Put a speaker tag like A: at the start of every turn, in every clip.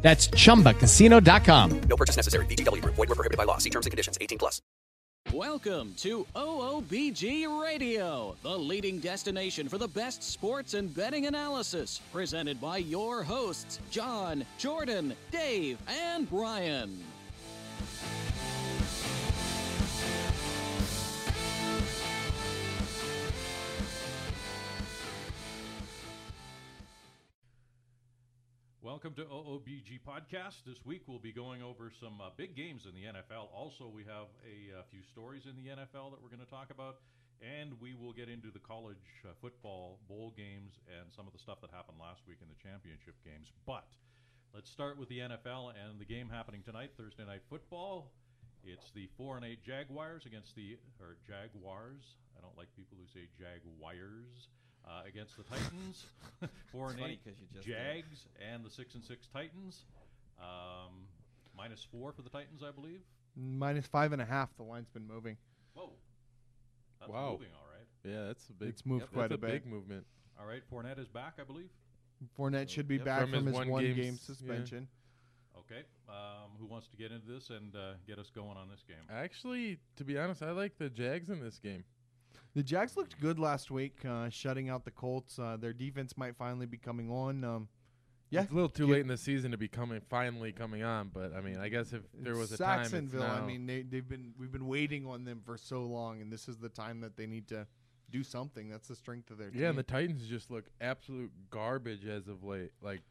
A: That's chumbacasino.com.
B: No purchase necessary. BGW. Void were prohibited by law. See terms and conditions. 18 plus.
C: Welcome to OOBG Radio, the leading destination for the best sports and betting analysis, presented by your hosts, John, Jordan, Dave, and Brian.
D: Welcome to OOBG Podcast. This week we'll be going over some uh, big games in the NFL. Also, we have a, uh, few stories in the NFL that we're going to talk about, and we will get into the college uh, football bowl games and some of the stuff that happened last week in the championship games. But let's start with the NFL and the game happening tonight, Thursday Night Football. It's the four and eight Jaguars against the or Jaguars. I don't like people who say Jaguars uh, against the Titans. Four and eight Jags and the six and six Titans. Um, minus four for the Titans, I believe.
E: Minus five and a half. The line's been moving.
D: Whoa, that's
F: Wow.
D: moving all right.
F: Yeah, that's a big.
E: It's moved
F: yep,
E: quite
F: that's
E: a
F: big
E: bit.
F: movement.
D: All right, Fournette is back, I believe.
E: Fournette should be
F: Yep.
E: back
F: From
E: from,
F: his
E: his
F: one
E: one,
F: games-
E: game,
F: yeah.
E: suspension.
D: Okay, um, who wants to get into this and uh, get us going on this game?
F: Actually, to be honest, I like the Jags in this game.
E: The Jags looked good last week, uh, shutting out the Colts. Uh, their defense might finally be coming on. Um, yeah,
F: it's a little too
E: Gi-
F: late in the season to be coming finally coming on, but I mean, I guess if there
E: it's
F: was a time, it's
E: Saxonville. I
F: now.
E: mean, they, they've been we've been waiting on them for so long, and this is the time that they need to do something. That's the strength of their team.
F: yeah, and the Titans just look absolute garbage as of late, like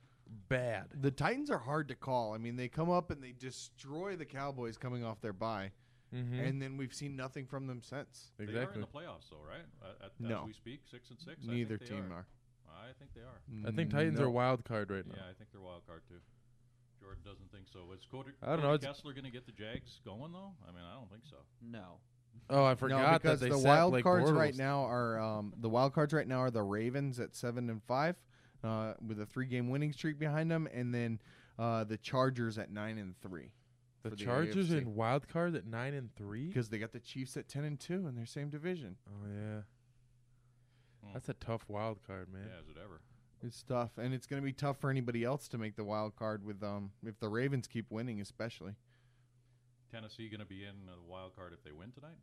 F: bad.
E: The Titans are hard to call. I mean, they come up and they destroy the Cowboys coming off their bye,
F: Mhm.
E: and then we've seen nothing from them since.
D: They are in
F: exactly.
D: the playoffs, though, right? Uh, at,
E: No.
D: As we speak, six and six. I think
E: Neither
D: they
E: team are.
D: I think they are.
F: I think Titans are
E: No.
F: wild card right now.
D: Yeah, I think they're wild card too. Jordan doesn't think so. Is Cody,
F: I don't
D: Cody
F: know, it's-
D: Kessler going to get the Jags going though? I mean, I don't think so.
C: No.
F: Oh, I forgot
E: no, because
F: that they
E: the
F: sat
E: wild
F: Blake
E: cards
F: Bortles.
E: right now are um, the wild cards right now are the Ravens at seven and five, uh, with a three game winning streak behind them, and then uh, the Chargers at nine and three
F: The
E: for the
F: Chargers
E: AFC.
F: in wild card at nine and three.
E: because they got the Chiefs at ten and two in their same division.
F: Oh yeah,
D: Hmm.
F: that's a tough wild card, man.
D: Yeah, is it ever?
E: It's tough, and it's going to be tough for anybody else to make the wild card with um if the Ravens keep winning, especially.
D: Tennessee going to be in the wild card if they win tonight.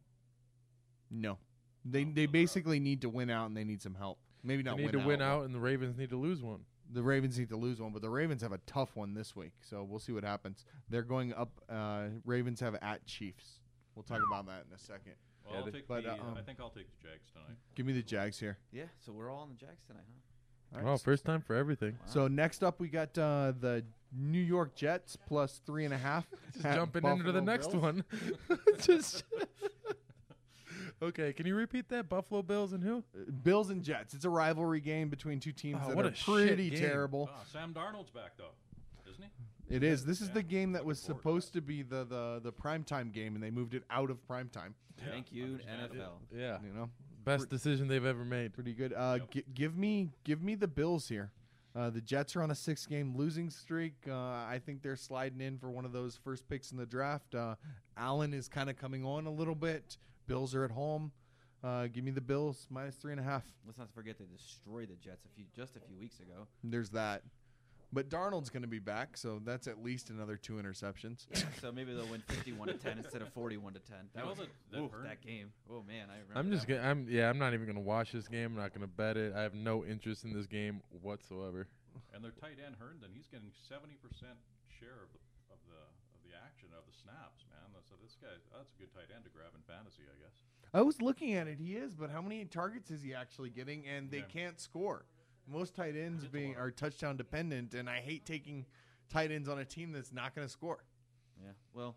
E: No, they
D: Oh, so they're
E: they
D: out.
E: basically need to win out, and they need some help. Maybe
F: They
E: not
F: need
E: win
F: to
E: out.
F: win out, and the Ravens need to lose one.
E: the Ravens need to lose one, but the Ravens have a tough one this week, so we'll see what happens. They're going up. Uh, Ravens have at Chiefs. We'll talk about that in a second.
D: Well,
F: Yeah,
D: I'll
F: they-
D: take
E: but,
D: the.
E: uh, um,
D: I think I'll take the Jags tonight.
E: Give me the Jags here.
G: Yeah, so we're all on the Jags tonight, huh?
E: All right.
F: Oh, first time for everything.
E: So next up, we got uh, the New York Jets plus three and a half.
F: Just
E: at
F: jumping into the
E: Buffalo
F: next
E: Bills.
F: one. Just okay. Can you repeat that? Buffalo Bills and who?
E: Uh, Bills and Jets. It's a rivalry game between two teams
F: Oh,
E: that
F: what
E: are
F: a shit
E: pretty
F: game. Oh,
E: terrible.
D: Ah, Sam Darnold's back though, isn't he?
E: It is. This is
D: Yeah,
E: the game that
D: looking
E: was
D: forward to
E: supposed to be the the the primetime game, and they moved it out of primetime.
D: Yeah,
G: Thank you,
D: understandable.
G: NFL.
F: Yeah,
E: You know,
F: best decision they've ever made.
E: Pretty good. Uh, gi- give me give me the Bills here. Uh, the Jets are on a six-game losing streak. Uh, I think they're sliding in for one of those first picks in the draft. Uh, Allen is kind of coming on a little bit. Bills are at home. Uh, give me the Bills minus three and a half.
G: Let's not forget they destroyed the Jets a few just a few weeks ago.
E: There's that. But Darnold's going to be back, so that's at least another two interceptions.
G: so maybe they'll win 51 to 10 instead of 41 to 10. That
D: know
G: was
D: that- that
G: oof,
D: Hearn-
G: that game. Oh man, I remember.
F: I'm just
G: that
F: gonna. I'm yeah. I'm not even gonna watch this game. I'm not gonna bet it. I have no interest in this game whatsoever.
D: And their tight end Herndon, he's getting seventy percent share of the of the of the action of the snaps, man. So this guy, that's a good tight end to grab in fantasy, I guess.
E: I was looking at it. He is, but how many targets is he actually getting? And they
D: Yeah.
E: can't score. Most tight ends being are touchdown dependent, and I hate taking tight ends on a team that's not going to score.
G: Yeah. Well,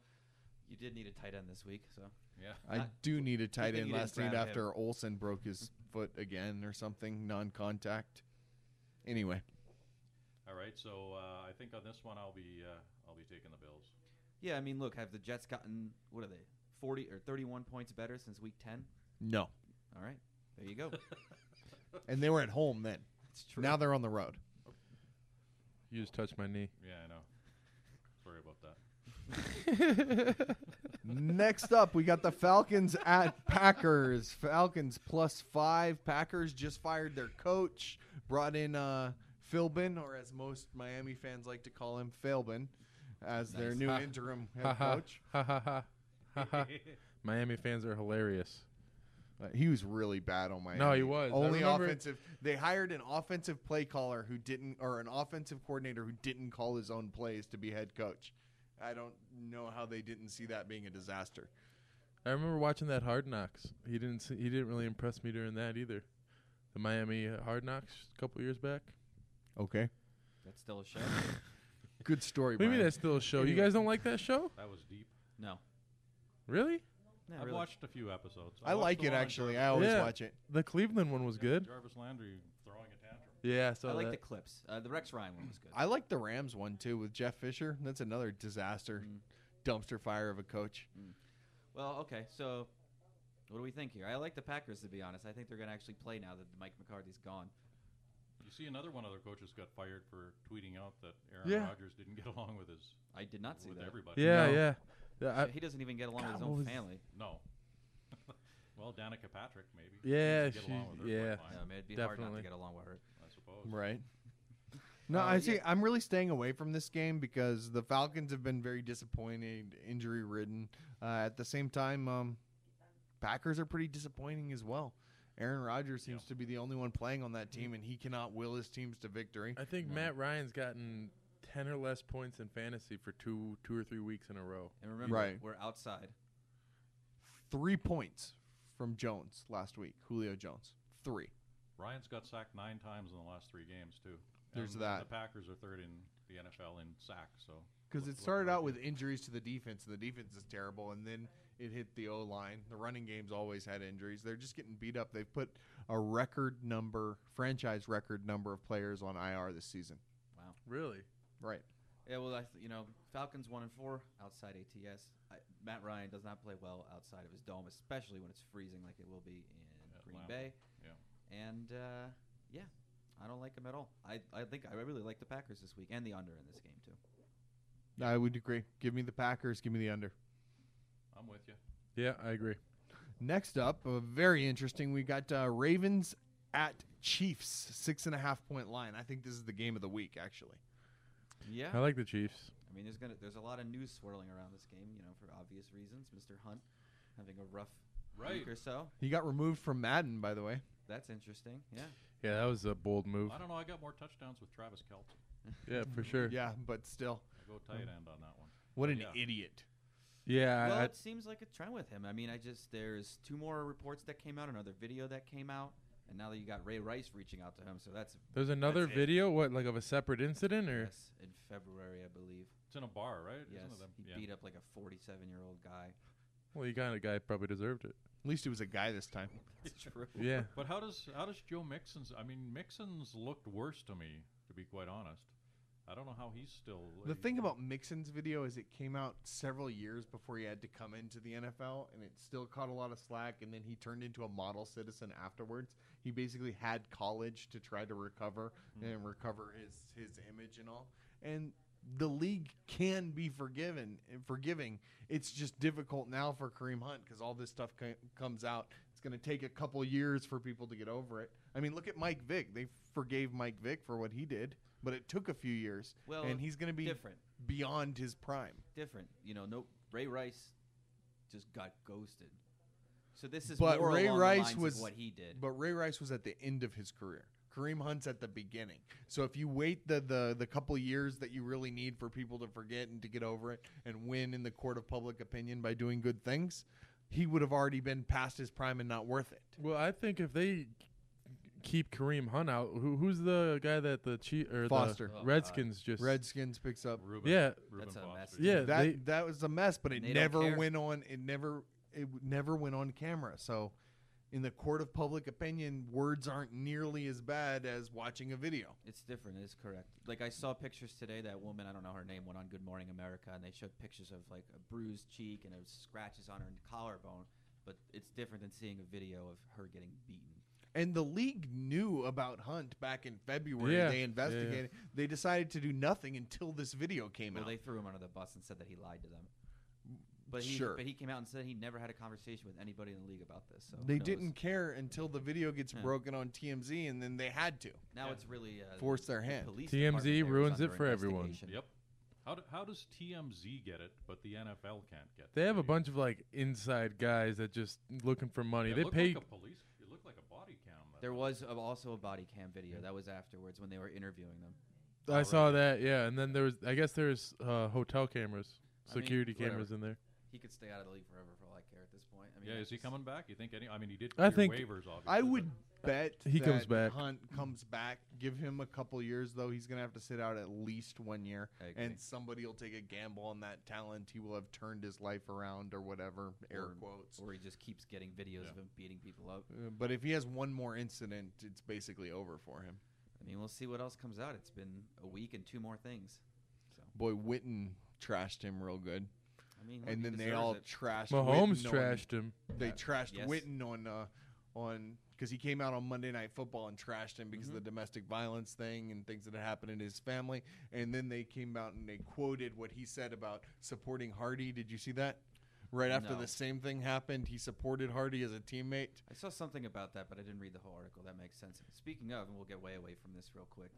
G: you did need a tight end this week, so
D: Yeah.
E: I do need a tight
G: thing
E: end
G: you didn't
E: last night
G: grab
E: after Olson broke his foot again or something, non-contact. Anyway,
D: All right. So uh, I think on this one, I'll be uh, I'll be taking the Bills.
G: yeah. I mean, look, have the Jets gotten what are they 40 or 31 points better since week 10?
E: No.
G: All right. There you go.
E: And they were at home then.
G: It's true.
E: Now they're on the road.
F: You just touched my knee.
D: Yeah, I know. Sorry about that.
E: Next up, we got the Falcons at Packers. Falcons plus five. Packers just fired their coach, brought in uh, Philbin, or as most Miami fans like to call him, Philbin, as their new
F: Ha.
E: interim
F: Ha
E: head
F: ha.
E: coach.
F: Ha ha ha. Ha ha. Miami fans are hilarious.
E: Uh, he was really bad on Miami.
F: No, he was. I
E: Only
F: remember-
E: offensive. They hired an offensive play caller who didn't, or an offensive coordinator who didn't call his own plays to be head coach. I don't know how they didn't see that being a disaster.
F: I remember watching that Hard Knocks. He didn't. See, he didn't really impress me during that either. The Miami Hard Knocks a couple years back.
E: Okay.
G: That's still a show.
E: Good story,
F: Maybe
E: Brian.
F: that's still a show. You guys don't like that show?
D: That was deep.
G: No.
F: Really?
G: Not
D: I've
G: really.
D: watched a few episodes.
E: I
D: watched
E: like
D: the
E: it
D: one on
E: actually. I
D: Jarvis,
E: always
F: Yeah.
E: watch it.
F: The Cleveland one was good.
D: Jarvis Landry throwing a tantrum.
F: Yeah, so
G: I like the
F: that-
G: clips. Uh, the Rex Ryan one was good.
E: I like the Rams one too with Jeff Fisher. That's another disaster, dumpster fire of a coach.
G: well, okay. So what do we think here? I like the Packers, to be honest. I think they're going to actually play now that Mike McCarthy's gone.
D: You see, another one of their coaches got fired for tweeting out that Aaron
F: Yeah.
D: Rodgers didn't get along with his
G: I did not see
D: with
G: that.
D: everybody.
F: yeah,
E: No.
F: yeah. Yeah, I-
G: So he doesn't even get along with his
F: God,
G: own
F: what was-
G: family.
D: No. well, Danica Patrick maybe.
F: Yeah,
D: Doesn't get along with
F: she-
D: her
F: yeah.
D: quite
G: Yeah,
D: fine,
G: I mean, it'd be hard not
F: Definitely.
G: to get along with her.
D: I suppose.
E: Right. No,
G: Uh,
E: I see.
G: yeah.
E: I'm really staying away from this game because the Falcons have been very disappointing, injury ridden. Uh, at the same time, um, Packers are pretty disappointing as well. Aaron Rodgers seems to be the only one playing on that team, and he cannot will his teams to victory.
F: I think Matt Ryan's gotten ten or less points in fantasy for two, two or three weeks in a row.
G: And remember,
E: Right.
G: we're outside.
E: Three points from Jones last week, Julio Jones. Three.
D: Ryan's got sacked nine times in the last three games too.
E: There's
D: And
E: that.
D: The Packers are third in the NFL in sacks. So
E: Because
D: look- look
E: it started
D: right
E: out
D: there.
E: with injuries to the defense, and the defense is terrible. And then it hit the O line. The running game's always had injuries. They're just getting beat up. They've put a record number, franchise record number of players on IR this season.
F: Really?
E: Right.
G: Yeah, well, I th- you know, Falcons one and four outside ATS. I, Matt Ryan does not play well outside of his dome, especially when it's freezing like it will be in Green
D: Atlanta,
G: Bay.
D: yeah.
G: And uh, yeah, I don't like him at all. I, I think I really like the Packers this week and the under in this game too.
E: I would agree. Give me the Packers. Give me the under.
D: I'm with you.
F: Yeah, I agree.
E: Next up, uh, very interesting. We got uh, Ravens at Chiefs, six and a half point line. I think this is the game of the week, actually.
G: Yeah,
F: I like the Chiefs.
G: I mean, there's gonna there's a lot of news swirling around this game, you know, for obvious reasons. Mr. Hunt having a rough
D: Right.
G: week or so.
E: He got removed from Madden, by the way.
G: That's interesting. Yeah,
F: Yeah, that was a bold move.
D: I don't know. I got more touchdowns with Travis Kelce.
F: Yeah, for sure. Yeah,
E: Yeah, but still,
D: I go
G: Hmm.
D: tight end on that one.
E: what an
D: Yeah.
E: idiot.
F: I-
G: well,
F: I,
G: it seems like a trend with him. I mean, I just there's two more reports that came out, another video that came out, and now that you got Ray Rice reaching out to him, so that's
F: there's another
G: That's it.
F: video. What, like of a separate incident or?
G: Yes, in February, I believe.
D: It's in a bar, right?
G: Yes,
D: Isn't it a-
G: he
D: yeah.
G: beat up like a 47-year-old guy.
F: Well, you kind of guy probably deserved it.
E: At least it was a guy this time.
G: That's true.
F: Yeah.
D: But how does how does Joe Mixon's? I mean, Mixon's looked worse to me, to be quite honest. I don't know how he's still.
E: The thing about Mixon's video is it came out several years before he had to come into the NFL, and it still caught a lot of slack. And then he turned into a model citizen afterwards. He basically had college to try to recover and recover his his image and all. And the league can be forgiven and forgiving. It's just difficult now for Kareem Hunt because all this stuff co- comes out. It's going to take a couple years for people to get over it. I mean, look at Mike Vick. They forgave Mike Vick for what he did, but it took a few years.
G: Well,
E: and he's going to be
G: different.
E: beyond his prime.
G: Different, you know. No, Ray Rice just got ghosted. So this is
E: But
G: more
E: Ray
G: along the
E: Rice
G: lines of
E: was-
G: what he did.
E: But Ray Rice was at the end of his career. Kareem Hunt's at the beginning. So if you wait the the, the couple years that you really need for people to forget and to get over it and win in the court of public opinion by doing good things, he would have already been past his prime and not worth it.
F: Well, I think if they keep Kareem Hunt out, who, who's the guy that the Chief or
E: Foster.
F: the
G: Oh,
F: Redskins just
E: Redskins picks up
D: Ruben,
F: Yeah.
D: Ruben
G: That's a
D: Foster.
G: mess.
F: Yeah,
E: that
F: they-
E: that was a mess, but it
G: They don't
E: never
G: care.
E: went on. It never it w- never went on camera. So in the court of public opinion, words aren't nearly as bad as watching a video.
G: It's different. It's correct. Like I saw pictures today. That woman, I don't know her name, went on Good Morning America, and they showed pictures of like a bruised cheek and of scratches on her collarbone. But it's different than seeing a video of her getting beaten.
E: And the league knew about Hunt back in February.
F: Yeah. Yeah,
E: They
F: yeah.
E: investigated. They decided to do nothing until this video came
G: Well,
E: out. Mm,
G: they threw him under the bus and said that he lied to them. But he,
E: Sure.
G: but he came out and said he never had a conversation with anybody in the league about this. So who
E: They
G: knows?
E: didn't care until the video gets
G: Yeah.
E: broken on TMZ, and then they had to.
G: Now it's really uh,
E: Force
G: the-
E: their
G: the
E: hand.
G: police
F: TMZ
G: department there is
F: ruins it
G: under
F: for everyone.
G: investigation.
D: Yep. How, do, how does TMZ get it, but the NFL can't get?
F: They
D: the
F: have a
D: video?
F: bunch of like inside guys that just looking for money.
D: It
F: they
D: looked
F: pay.
D: Like a police. It looked like a body cam. that-
G: There was a, also a body cam video that was afterwards when they were interviewing them.
F: I saw that. Yeah, and then there was. I guess there's uh, hotel cameras,
G: I mean,
F: security
G: whatever.
F: cameras in there.
G: He could stay out of the league forever for all I care at this point. I mean,
D: Yeah, is he
G: that's-
D: coming back? You think any? I mean, he did.
F: I
D: clear
F: think-
D: waivers. Obviously,
E: I
D: but
E: would bet
F: He comes
E: that
F: back.
E: Hunt comes back. Give him a couple years though. He's gonna have to sit out at least one year,
G: I agree.
E: and somebody will take a gamble on that talent. He will have turned his life around or whatever air
G: Or-
E: quotes.
G: Or he just keeps getting videos of him beating people up.
E: Uh, but if he has one more incident, it's basically over for him.
G: I mean, we'll see what else comes out. It's been a week and two more things. So
E: Boy, Whitten trashed him real good,
G: I mean, look, he
E: and then they
G: deserves
E: all
G: it.
E: trashed.
F: Mahomes
E: Witten on-
F: trashed him.
E: They
G: Yeah.
E: trashed
G: Yes.
E: Witten on uh, on because he came out on Monday Night Football and trashed him
G: Mm-hmm.
E: because of the domestic violence thing and things that had happened in his family. And then they came out and they quoted what he said about supporting Hardy. Did you see that? Right after
G: No.
E: the same thing happened, he supported Hardy as a teammate.
G: I saw something about that, but I didn't read the whole article. That makes sense. Speaking of, and we'll get way away from this real quick.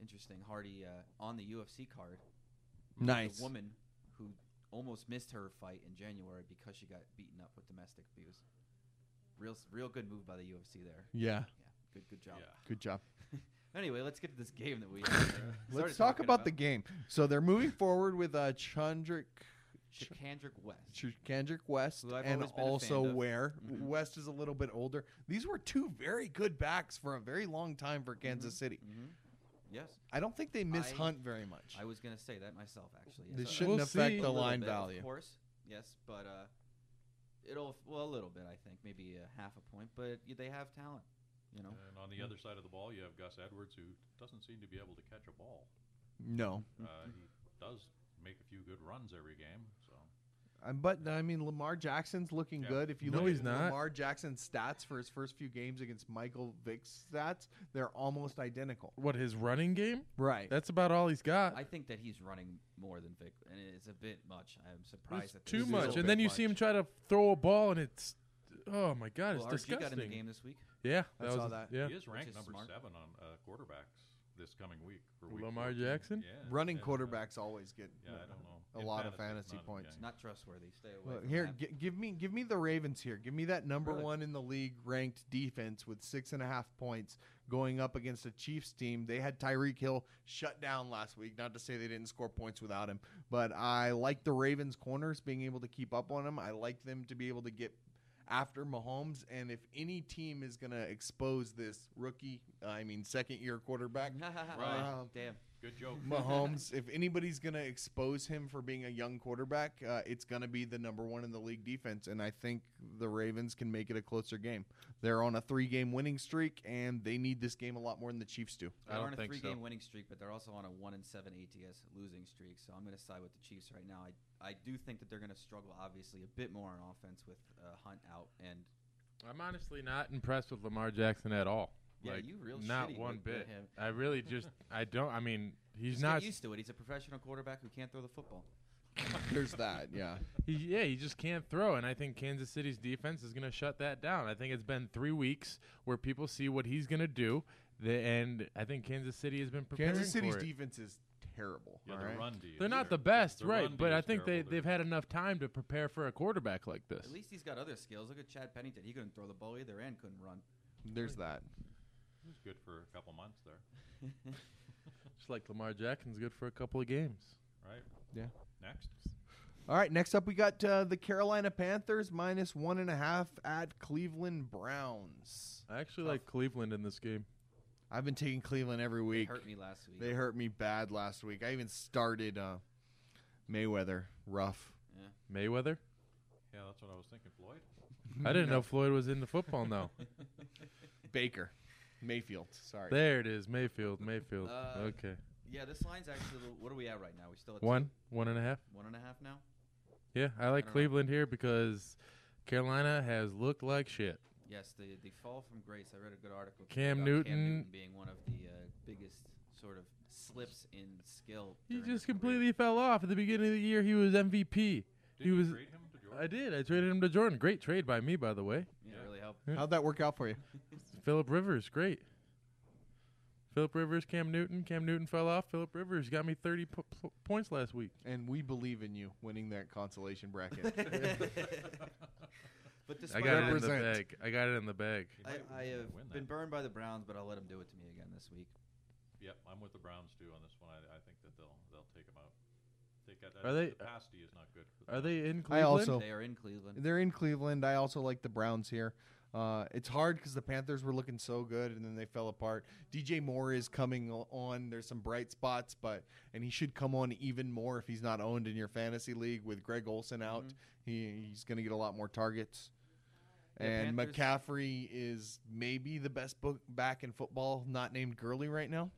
G: Interesting. Hardy uh, on the UFC card.
E: Nice.
G: The woman who almost missed her fight in January because she got beaten up with domestic abuse. Real, s- real good move by the UFC there.
E: Yeah.
G: Yeah, good, good job.
D: Yeah.
E: Good job.
G: Anyway, let's get to this game that we. Had.
E: Let's talk about, the game. So they're moving forward with uh, Chandrick,
G: Shakandrick West.
E: Ch- Kendrick West,
G: Who I've
E: and
G: always been a
E: also
G: fan of. Mm-hmm.
E: Ware. West is a little bit older. These were two very good backs for a very long time for Kansas City.
G: Yes,
E: I don't think they miss
G: Mm-hmm. I-
E: Hunt very much.
G: I was gonna say that myself actually. Yes.
E: this
G: I-
E: shouldn't
F: We'll see.
E: affect
G: A
E: the
G: little
E: line
G: bit,
E: value.
G: Of course, yes, but uh, it'll well a little bit I think maybe a half a point, but y- they have talent, you know.
D: And on the other side of the ball, you have Gus Edwards, who doesn't seem to be able to catch a ball.
E: No,
D: Uh, he does make a few good runs every game. So
E: Um, but I mean Lamar Jackson's looking
D: Yeah.
E: good. If you
F: No,
E: look
F: he's
E: at
F: not.
E: Lamar Jackson's stats for his first few games against Michael Vick's stats, they're almost identical.
F: What his running game?
E: Right.
F: That's about all he's got.
G: I think that he's running more than Vic, and it's a bit much. I'm surprised. that
F: It's too
G: this is
F: much.
G: so
F: And
G: big.
F: then you see him try to throw a ball, and it's oh my god,
G: well,
F: it's
G: RG got in the
F: disgusting.
G: game this week.
F: Yeah,
E: I
F: that was
E: saw
F: a-
E: that.
F: Yeah,
D: he is ranked
G: is
D: number
G: smart.
D: seven on uh, quarterbacks this coming week. For week
F: Lamar
D: 14.
F: Jackson?
D: Yeah,
E: Running
D: and, uh,
E: quarterbacks always get
D: Yeah, I don't know.
E: A
D: In
E: lot of
D: fantasy,
E: fantasy
D: not-
E: points.
D: yeah.
G: It's not trustworthy. Stay away.
E: Well,
G: from
E: here,
G: that.
E: gi- give me give me the Ravens here. Give me that number
G: Really?
E: one in the league ranked defense with six and a half points going up against a Chiefs team. They had Tyreek Hill shut down last week. Not to say they didn't score points without him, but I like the Ravens corners being able to keep up on him. I like them to be able to get after Mahomes. And if any team is going to expose this rookie, I mean second year quarterback, um,
G: Damn.
D: Good joke.
E: Mahomes, if anybody's going to expose him for being a young quarterback, uh, it's going to be the number one in the league defense. And I think the Ravens can make it a closer game. They're on a three game winning streak, and they need this game a lot more than the Chiefs do.
G: They're
F: don't
G: on a
F: think so.
G: three-game winning streak, but they're also on a one and seven ATS losing streak. So I'm going to side with the Chiefs right now. I I do think that they're going to struggle, obviously, a bit more on offense with uh, Hunt out, and
F: I'm honestly not impressed with Lamar Jackson at all.
G: Yeah,
F: like,
G: you real
F: not
G: shitty
F: one
G: with- with
F: bit.
G: him.
F: I really just I don't. I mean, he's
G: just
F: not.
G: get used to it. He's a professional quarterback who can't throw the football.
E: There's that, yeah.
F: He, yeah, he just can't throw, and I think Kansas City's defense is going to shut that down. I think it's been three weeks where people see what he's going to do, the, and I think Kansas City has been preparing
E: Kansas City's
F: for it.
E: defense is terrible.
D: Yeah,
E: all
D: the
E: right?
D: run D.
F: They're
D: is
F: not
D: ter-
F: the best,
D: the
F: right?
D: run D
F: But I
D: is
F: think they
D: terrible. They're-
F: they've had enough time to prepare for a quarterback like this.
G: At least he's got other skills. Look at Chad Pennington. He couldn't throw the ball either and couldn't run.
E: There's that.
D: He was good for a couple months there,
F: Just like Lamar Jackson's good for a couple of games.
D: right?
E: Yeah.
D: Next.
E: All right, next up, we got uh, the Carolina Panthers minus one and a half at Cleveland Browns.
F: I actually like Cleveland in this game.
E: I've been taking Cleveland every
G: They
E: week.
G: hurt me last week.
E: They hurt me bad last week. I even started uh, Mayweather rough.
F: Mayweather.
D: Yeah, that's what I was thinking, Floyd.
F: I didn't know Floyd was in the football now.
E: Baker, Mayfield. Sorry.
F: there it is, Mayfield, Mayfield.
G: Uh,
F: okay,
G: Yeah, this line's actually. a little- What are we at right now? We still at
F: one,
G: two-
F: one and a half.
G: one and a half now.
F: Yeah, I like
G: don't know.
F: Cleveland here because Carolina has looked like shit.
G: Yes, the the fall from grace. I read a good article. today
F: Cam
G: about
F: Newton.
G: Cam Newton being one of the uh, biggest sort of slips in skill.
F: He
G: during his
F: just
G: career.
F: completely fell off at the beginning of the year. He was MVP.
D: Did
F: he
D: you
F: was.
D: trade him to Jordan?
F: I did. I traded him to Jordan. Great trade by me, by the way.
G: Yeah, it really helped.
E: How'd that work out for you?
F: Philip Rivers, great. Philip Rivers, Cam Newton. Cam Newton fell off. Philip Rivers got me 30 po- po- points last week.
E: And we believe in you winning that consolation bracket.
G: But
F: I
G: despite
F: got
G: all
F: it in the
E: Represent.
F: bag. I got it in the bag.
D: He
G: I,
D: might
G: I
D: win
G: have
D: that.
G: been burned by the Browns, but I'll let them do it to me again this week.
D: Yep,
E: uh,
D: I'm with the Browns too on this one. I, I think that they'll they'll take him out. Take out.
F: Are they-
D: The pasty is not good. For the
F: Are
D: Browns.
F: they in Cleveland?
E: I also- So-
G: they are in Cleveland.
E: They're in Cleveland. I also like the Browns here. Uh, it's hard because the Panthers were looking so good and then they fell apart. DJ Moore is coming o- on. There's some bright spots, but and he should come on even more if he's not owned in your fantasy league with Greg Olson out. He, he's going to get a lot more targets.
G: Mm-hmm. Yeah,
E: and
G: Panthers-
E: McCaffrey is maybe the best book back in football, not named Gurley right now.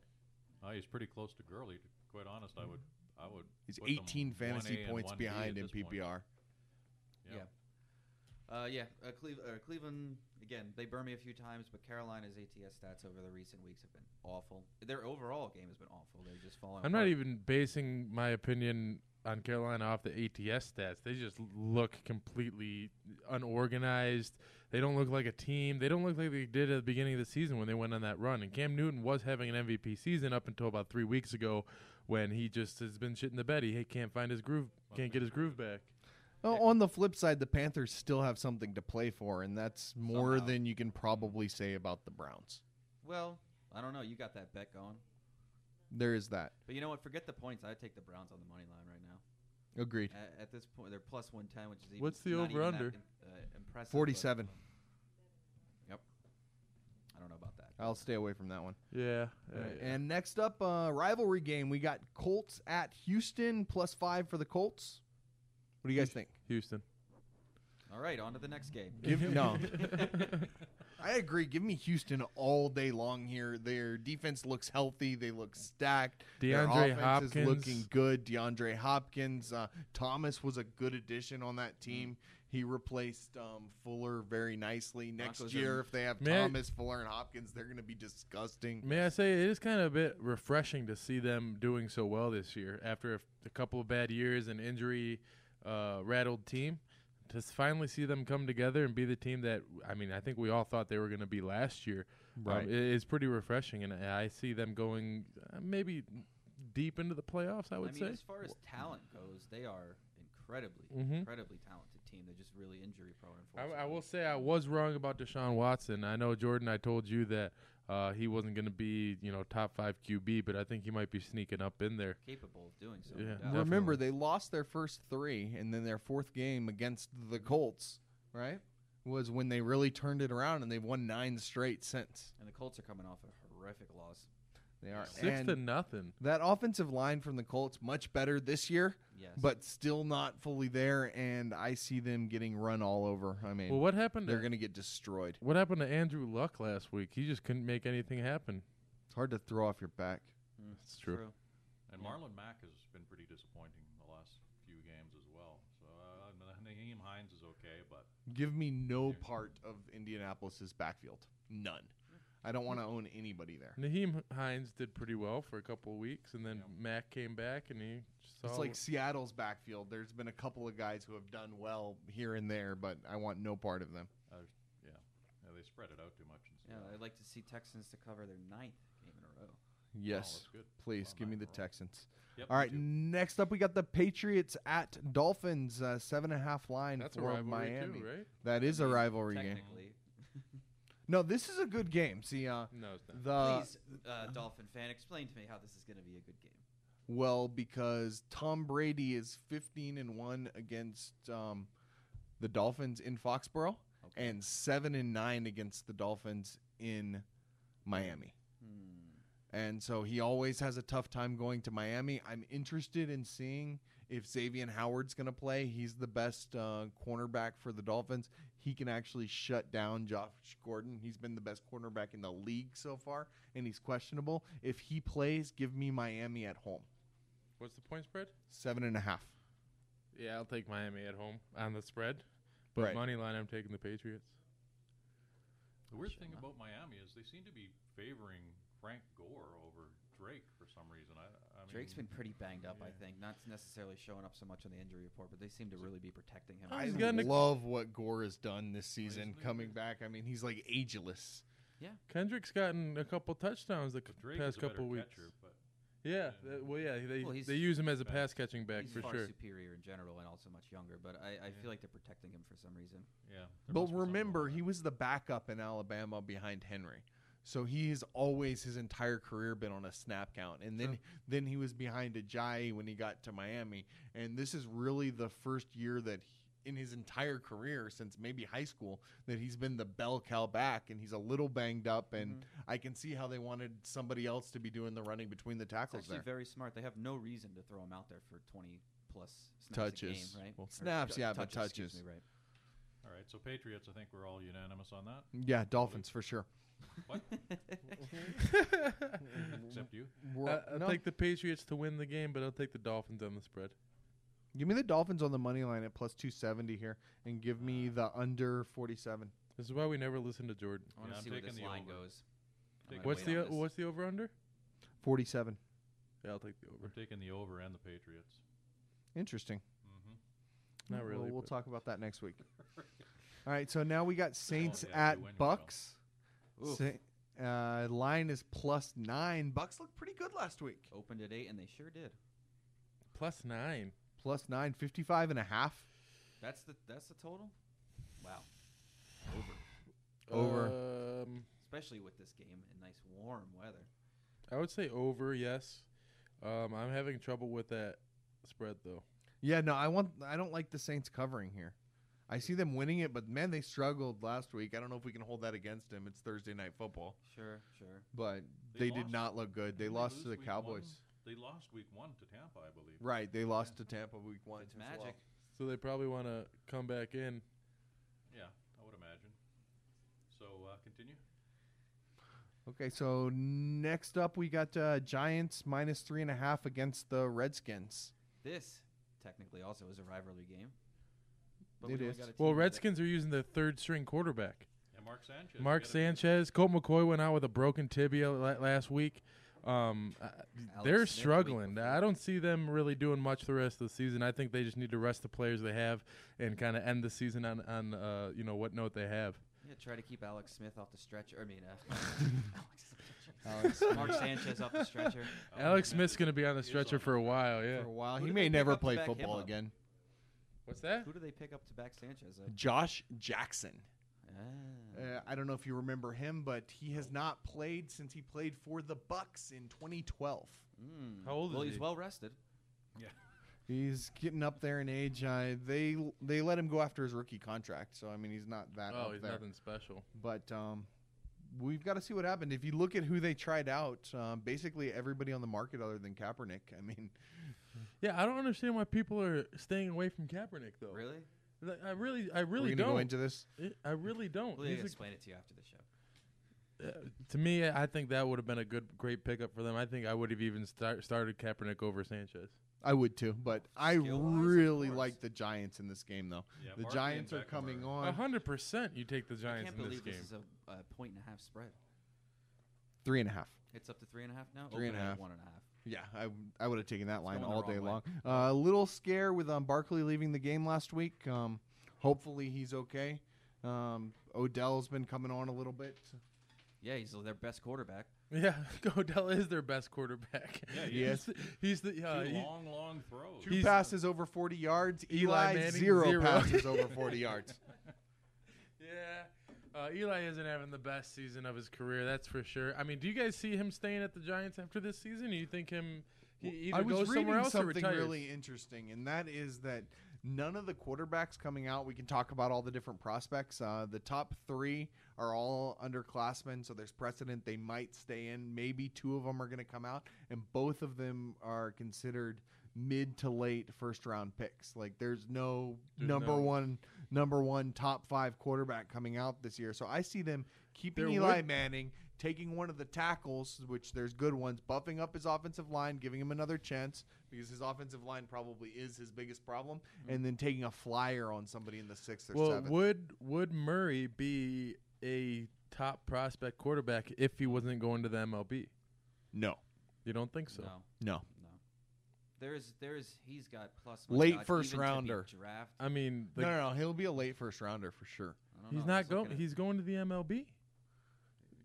D: Uh, he's pretty close to Gurley. To be quite honest, I would. I would.
E: He's
D: put them
E: 18
D: 1A
E: fantasy
D: and
E: points
D: 1B
E: behind
D: at
E: in
D: this point.
E: PPR.
D: Yeah.
G: Uh, yeah, uh, Cleve- uh, Cleveland again. They burn me a few times, but Carolina's ATS stats over the recent weeks have been awful. Their overall game has been awful. They're just falling.
F: I'm not
G: apart.
F: even basing my opinion on Carolina off the ATS stats. They just look completely unorganized. They don't look like a team. They don't look like they did at the beginning of the season when they went on that run. And Cam Newton was having an MVP season up until about three weeks ago when he just has been shitting the bed. He can't find his groove, can't get his groove back.
E: Well, on the flip side, the Panthers still have something to play for, and that's more
G: Somehow.
E: than you can probably say about the Browns.
G: Well, I don't know. You got that bet going,
E: There is that.
G: but you know what? Forget the points. I take the Browns on the money line right now.
E: Agreed.
G: At, at this point, they're plus one ten, which is even
F: What's the
G: not even that
F: over-under?
G: im- uh, impressive. but
E: 47.
G: I don't know about that.
E: I'll stay away from that one.
F: Yeah.
E: And next up, uh, rivalry game. We got Colts at Houston, plus five for the Colts. What do you guys think?
F: Houston.
G: All right, on to the next game.
E: Give, no. I agree. Give me Houston all day long here. Their defense looks healthy. They look stacked. Their
F: DeAndre
E: offense is
F: Hopkins.
E: looking good. DeAndre Hopkins. Uh, Thomas was a good addition on that team. He replaced um, Fuller very nicely. Next
G: Broncos are-
E: year, if they have
F: May I-
E: Thomas, Fuller, and Hopkins, they're going to be disgusting.
F: May I say it is kind of a bit refreshing to see them doing so well this year after a, a couple of bad years and injury uh, rattled team. To s- finally see them come together and be the team that I mean, I think we all thought they were going to be last year.
E: Right.
F: um, it- it's pretty refreshing, and I I see them going uh, maybe deep into the playoffs. I
G: I
F: would
G: mean,
F: say.
G: as far as talent goes, they are incredibly,
F: Mhm.
G: incredibly talented team. They're just really injury prone. Unfortunately,
F: I, I will say I was wrong about Deshaun Watson. I know Jordan. I told you that uh, he wasn't going to be, you know, top five QB, but I think he might be sneaking up in there.
G: capable of doing so.
F: Yeah.
G: no doubt.
F: Definitely.
E: Remember, they lost their first three, and then their fourth game against the Colts, right? Was when they really turned it around, and they've won nine straight since.
G: And the Colts are coming off a horrific loss.
E: They are
F: Six to
E: And-
F: nothing.
E: That offensive line from the Colts much better this year,
G: Yes.
E: but still not fully there. And I see them getting run all over. I mean,
F: Well, what happened?
E: they're
F: to-
E: going to get destroyed.
F: What happened to Andrew Luck last week? He just couldn't make anything happen.
E: It's hard to throw off your back.
G: Mm,
F: It's true.
D: And Marlon Mack has been pretty disappointing the last few games as well. So uh, I mean, Naheem Hines is okay, but
E: Give me no part of Indianapolis's backfield. None.
D: Mm-hmm.
E: I don't want to own anybody there.
F: Naheem Hines did pretty well for a couple of weeks, and then Mac came back and he saw.
E: It's like Seattle's backfield. There's been a couple of guys who have done well here and there, but I want no part of them.
D: uh, yeah. yeah, they spread it out too much. And
G: Yeah, I'd like to see Texans to cover their ninth game in a row.
E: Yes.
D: Oh, that's good.
E: Please
D: Well,
E: give me
D: Mac
E: the
D: Brown.
E: Texans.
D: Yep,
E: All
D: me
E: right,
D: too.
E: next up we got the Patriots at Dolphins, uh, seven and a half line
F: That's a
E: for
F: rivalry
E: Miami.
F: too, right?
E: That is a rivalry game.
G: Technically,
E: No, this is a good game. See, uh,
F: No, it's not.
E: the
G: please, uh, Dolphin fan, explain to me how this is going to be a good game.
E: well because Tom Brady is fifteen and one against um, the Dolphins in Foxborough,
G: Okay.
E: and seven and nine against the Dolphins in Miami.
G: Hmm.
E: and so he always has a tough time going to Miami. I'm interested in seeing if Xavier Howard's going to play, he's the best uh, cornerback for the Dolphins. He can actually shut down Josh Gordon. He's been the best cornerback in the league so far, and he's questionable. If he plays, give me Miami at home.
F: What's the point spread?
E: Seven and a half.
F: Yeah, I'll take Miami at home on the spread. But
E: Right.
F: money line, I'm taking the Patriots.
D: The weird thing about Miami is they seem to be favoring Frank Gore over Drake for some reason. I, I mean,
G: Drake's been pretty banged up, I
D: yeah.
G: think. Not necessarily showing up so much on the injury report, but they seem to really be protecting him.
E: I
F: He's got Nic-
E: love what Gore has done this season
D: Isn't he
E: coming
D: good?
E: back. I mean, he's like ageless.
F: Kendrick's gotten a couple touchdowns the c-
D: But Drake
F: past
D: is a better
F: couple weeks.
D: catcher, but
F: Yeah, th- well, yeah, they
G: Well, he's-
F: they use him as a
D: back.
F: pass catching back
G: He's
F: for
G: far
F: sure.
G: superior in general and also much younger, but I, I feel like they're protecting him for some reason.
D: yeah. there must
E: But
D: be something
E: remember,
D: about
E: he
D: that.
E: was the backup in Alabama behind Henry. So he has always his entire career been on a snap count, and then then he was behind Ajayi when he got to Miami, and this is really the first year that he, in his entire career since maybe high school that he's been the bell cow back, and he's a little banged up, and I can see how they wanted somebody else to be doing the running between the
G: It's
E: tackles
G: actually
E: there.
G: very smart. They have no reason to throw him out there for 20 plus snaps
E: Touches.
G: a game, right?
E: Well,
G: Or
E: snaps,
G: t-
E: yeah, but
G: excuse
E: touches.
G: me, right.
D: All right, so Patriots. I think we're all unanimous on that.
E: yeah, Dolphins for sure.
D: What? Except you.
E: We're-
F: I, I'll
E: no.
F: take the Patriots to win the game, but I'll take the Dolphins on the spread.
E: Give me the Dolphins on the money line at plus 270 here, and give me the under 47.
F: This is why we never listen to Jordan.
G: I want
D: Yeah,
G: to
D: I'm
G: see where
D: taking
G: this
D: the
G: line
D: over.
G: goes. I
D: Take
G: might
F: What's
G: Oh, wait
F: the
G: on
F: o-
G: this.
F: what's the over under?
E: 47.
F: Yeah, I'll take the over.
D: We're taking the over and the Patriots.
E: Interesting.
D: hmm
F: Not
E: Well,
F: really.
E: we'll
F: but-
E: talk about that next week. All right, so now we got Saints
D: Oh, yeah, you win,
E: at
D: you
E: Bucks.
G: Oof.
E: Sa- uh, line is plus nine. Bucks looked pretty good last week.
G: Opened at 8, and they sure did.
F: Plus nine.
E: Plus nine, 55 and a half.
G: That's the that's the total? Wow.
E: Over.
F: Um,
G: Especially with this game and nice warm weather.
F: I would say over. Yes. Um, I'm having trouble with that spread though.
E: Yeah, no, I want. I don't like the Saints covering here. I see them winning it, but man, they struggled last week. I don't know if we can hold that against them. It's Thursday night football,
G: Sure, sure.
E: but
D: They
E: they,
D: lost-
E: did not look good. They
D: Didn't
E: lost
D: lose
E: to the
D: week one?
E: Cowboys.
D: They lost week one to Tampa, I believe.
E: Right, they lost to Tampa week one.
G: It's
E: as
G: magic.
E: well.
F: So they probably want to come back in.
D: Yeah, I would imagine. So uh, continue.
E: Okay, so next up we got uh, Giants minus three and a half against the Redskins.
G: This technically also is a rivalry game.
E: It
G: we only
E: is.
G: got a team
F: Well,
G: that-
F: Redskins are using their third string quarterback.
D: And Mark Sanchez.
F: Mark
D: get a-
F: Sanchez, Colt McCoy went out with a broken tibia la- last week. Um, I-
G: Smith the
F: they're
G: week
F: struggling.
G: before.
F: I don't see them really doing much the rest of the season. I think they just need to rest the players they have and kind of end the season on on uh, you know what note they have.
G: Yeah, try to keep Alex Smith off the stretcher. I mean, uh, Alex, Mark Sanchez off the stretcher.
D: Oh,
F: Alex
D: Smith
F: Smith's going to be on the
D: is
F: stretcher
D: on
F: for a while. Yeah.
E: For a while,
G: Who
E: he
G: did
E: may
G: they pick
E: never
G: up to
E: play
G: back him
E: football
G: up?
E: again.
F: What's that?
G: Who do they pick up to back Sanchez? Uh,
E: Josh Jackson.
G: ah.
E: Uh, I don't know if you remember him, but he has not played since he played for the Bucks in 2012.
G: Mm.
F: How old
G: well,
F: is
G: he's
F: he?
G: well rested.
E: He's getting up there in age. Uh, they they let him go after his rookie contract, so I mean he's not that.
F: Oh,
E: up
F: he's
E: there.
F: nothing special.
E: But um, we've got to see what happened. If you look at who they tried out, um, basically everybody on the market other than Kaepernick. I mean,
F: Yeah, I don't understand why people are staying away from Kaepernick though.
G: Really?
F: Like, I really, I
E: we're
F: really
E: gonna go
F: don't.
E: into this.
F: It- I really don't.
G: We'll
F: He's a-
G: explain it to you after the show.
F: Uh, to me, I think that would have been a good, great pickup for them. I think I would have even start, started Kaepernick over Sanchez.
E: I would too, but I
G: Skill-wise, of
E: really
G: course.
E: like the Giants in this game, though.
D: Yeah,
E: the
D: Barkley
E: Giants
D: and
E: are
D: Beckham
E: coming
D: are-
F: A
E: on
F: hundred percent, you take the
G: I
F: Giants
G: can't
F: in this
G: believe
F: game.
G: this is a, a point and a half spread.
E: three and a half.
G: It's up to three and a half now.
E: Three and
G: Open
E: a
G: at
E: half.
G: One and a half.
E: Yeah, I, I would have taken that line
G: going the
E: all day long.
G: wrong
E: A uh, little scare with um, Barkley leaving the game last week. Um, hopefully he's okay. Um, Odell's been coming on a little bit.
G: Yeah, he's their best quarterback.
F: yeah, Odell is their best quarterback.
D: Yeah, he
E: Yes.
F: he's the uh,
D: Two
F: he-
D: long, long throws.
E: Two
F: He's-
E: passes over 40 yards.
F: Eli
E: Eli,
F: Manning,
E: zero,
F: zero.
E: passes over 40 yards.
F: yeah. Uh, Eli isn't having the best season of his career, that's for sure. I mean, do you guys see him staying at the Giants after this season? Do you think him he e-, either
E: I was
F: goes
E: reading
F: somewhere else or
E: something
F: retires?
E: really interesting, and that is that none of the quarterbacks coming out. We can talk about all the different prospects. Uh, the top three are all underclassmen, so there's precedent they might stay in. Maybe two of them are going to come out, and both of them are considered mid to late first round picks. Like there's no
F: There's
E: number
F: no-
E: one number one top five quarterback coming out this year. So I see them keeping
F: There
E: Eli
F: would-
E: Manning, taking one of the tackles, which there's good ones, buffing up his offensive line, giving him another chance because his offensive line probably is his biggest problem, and then taking a flyer on somebody in the sixth or
F: well,
E: seventh.
F: would would Murray be a top prospect quarterback if he wasn't going to the MLB?
E: no.
F: You don't think so?
G: No,
E: No.
G: no. There is, there is. He's got plus
E: Late
G: odds
E: first
G: even to be
E: rounder.
G: draft.
F: I mean, like,
E: no, no, no. He'll be a late first rounder for sure.
G: I don't
F: he's
G: know, I
F: not
G: was looking
F: going.
G: at-
F: He's going to the MLB.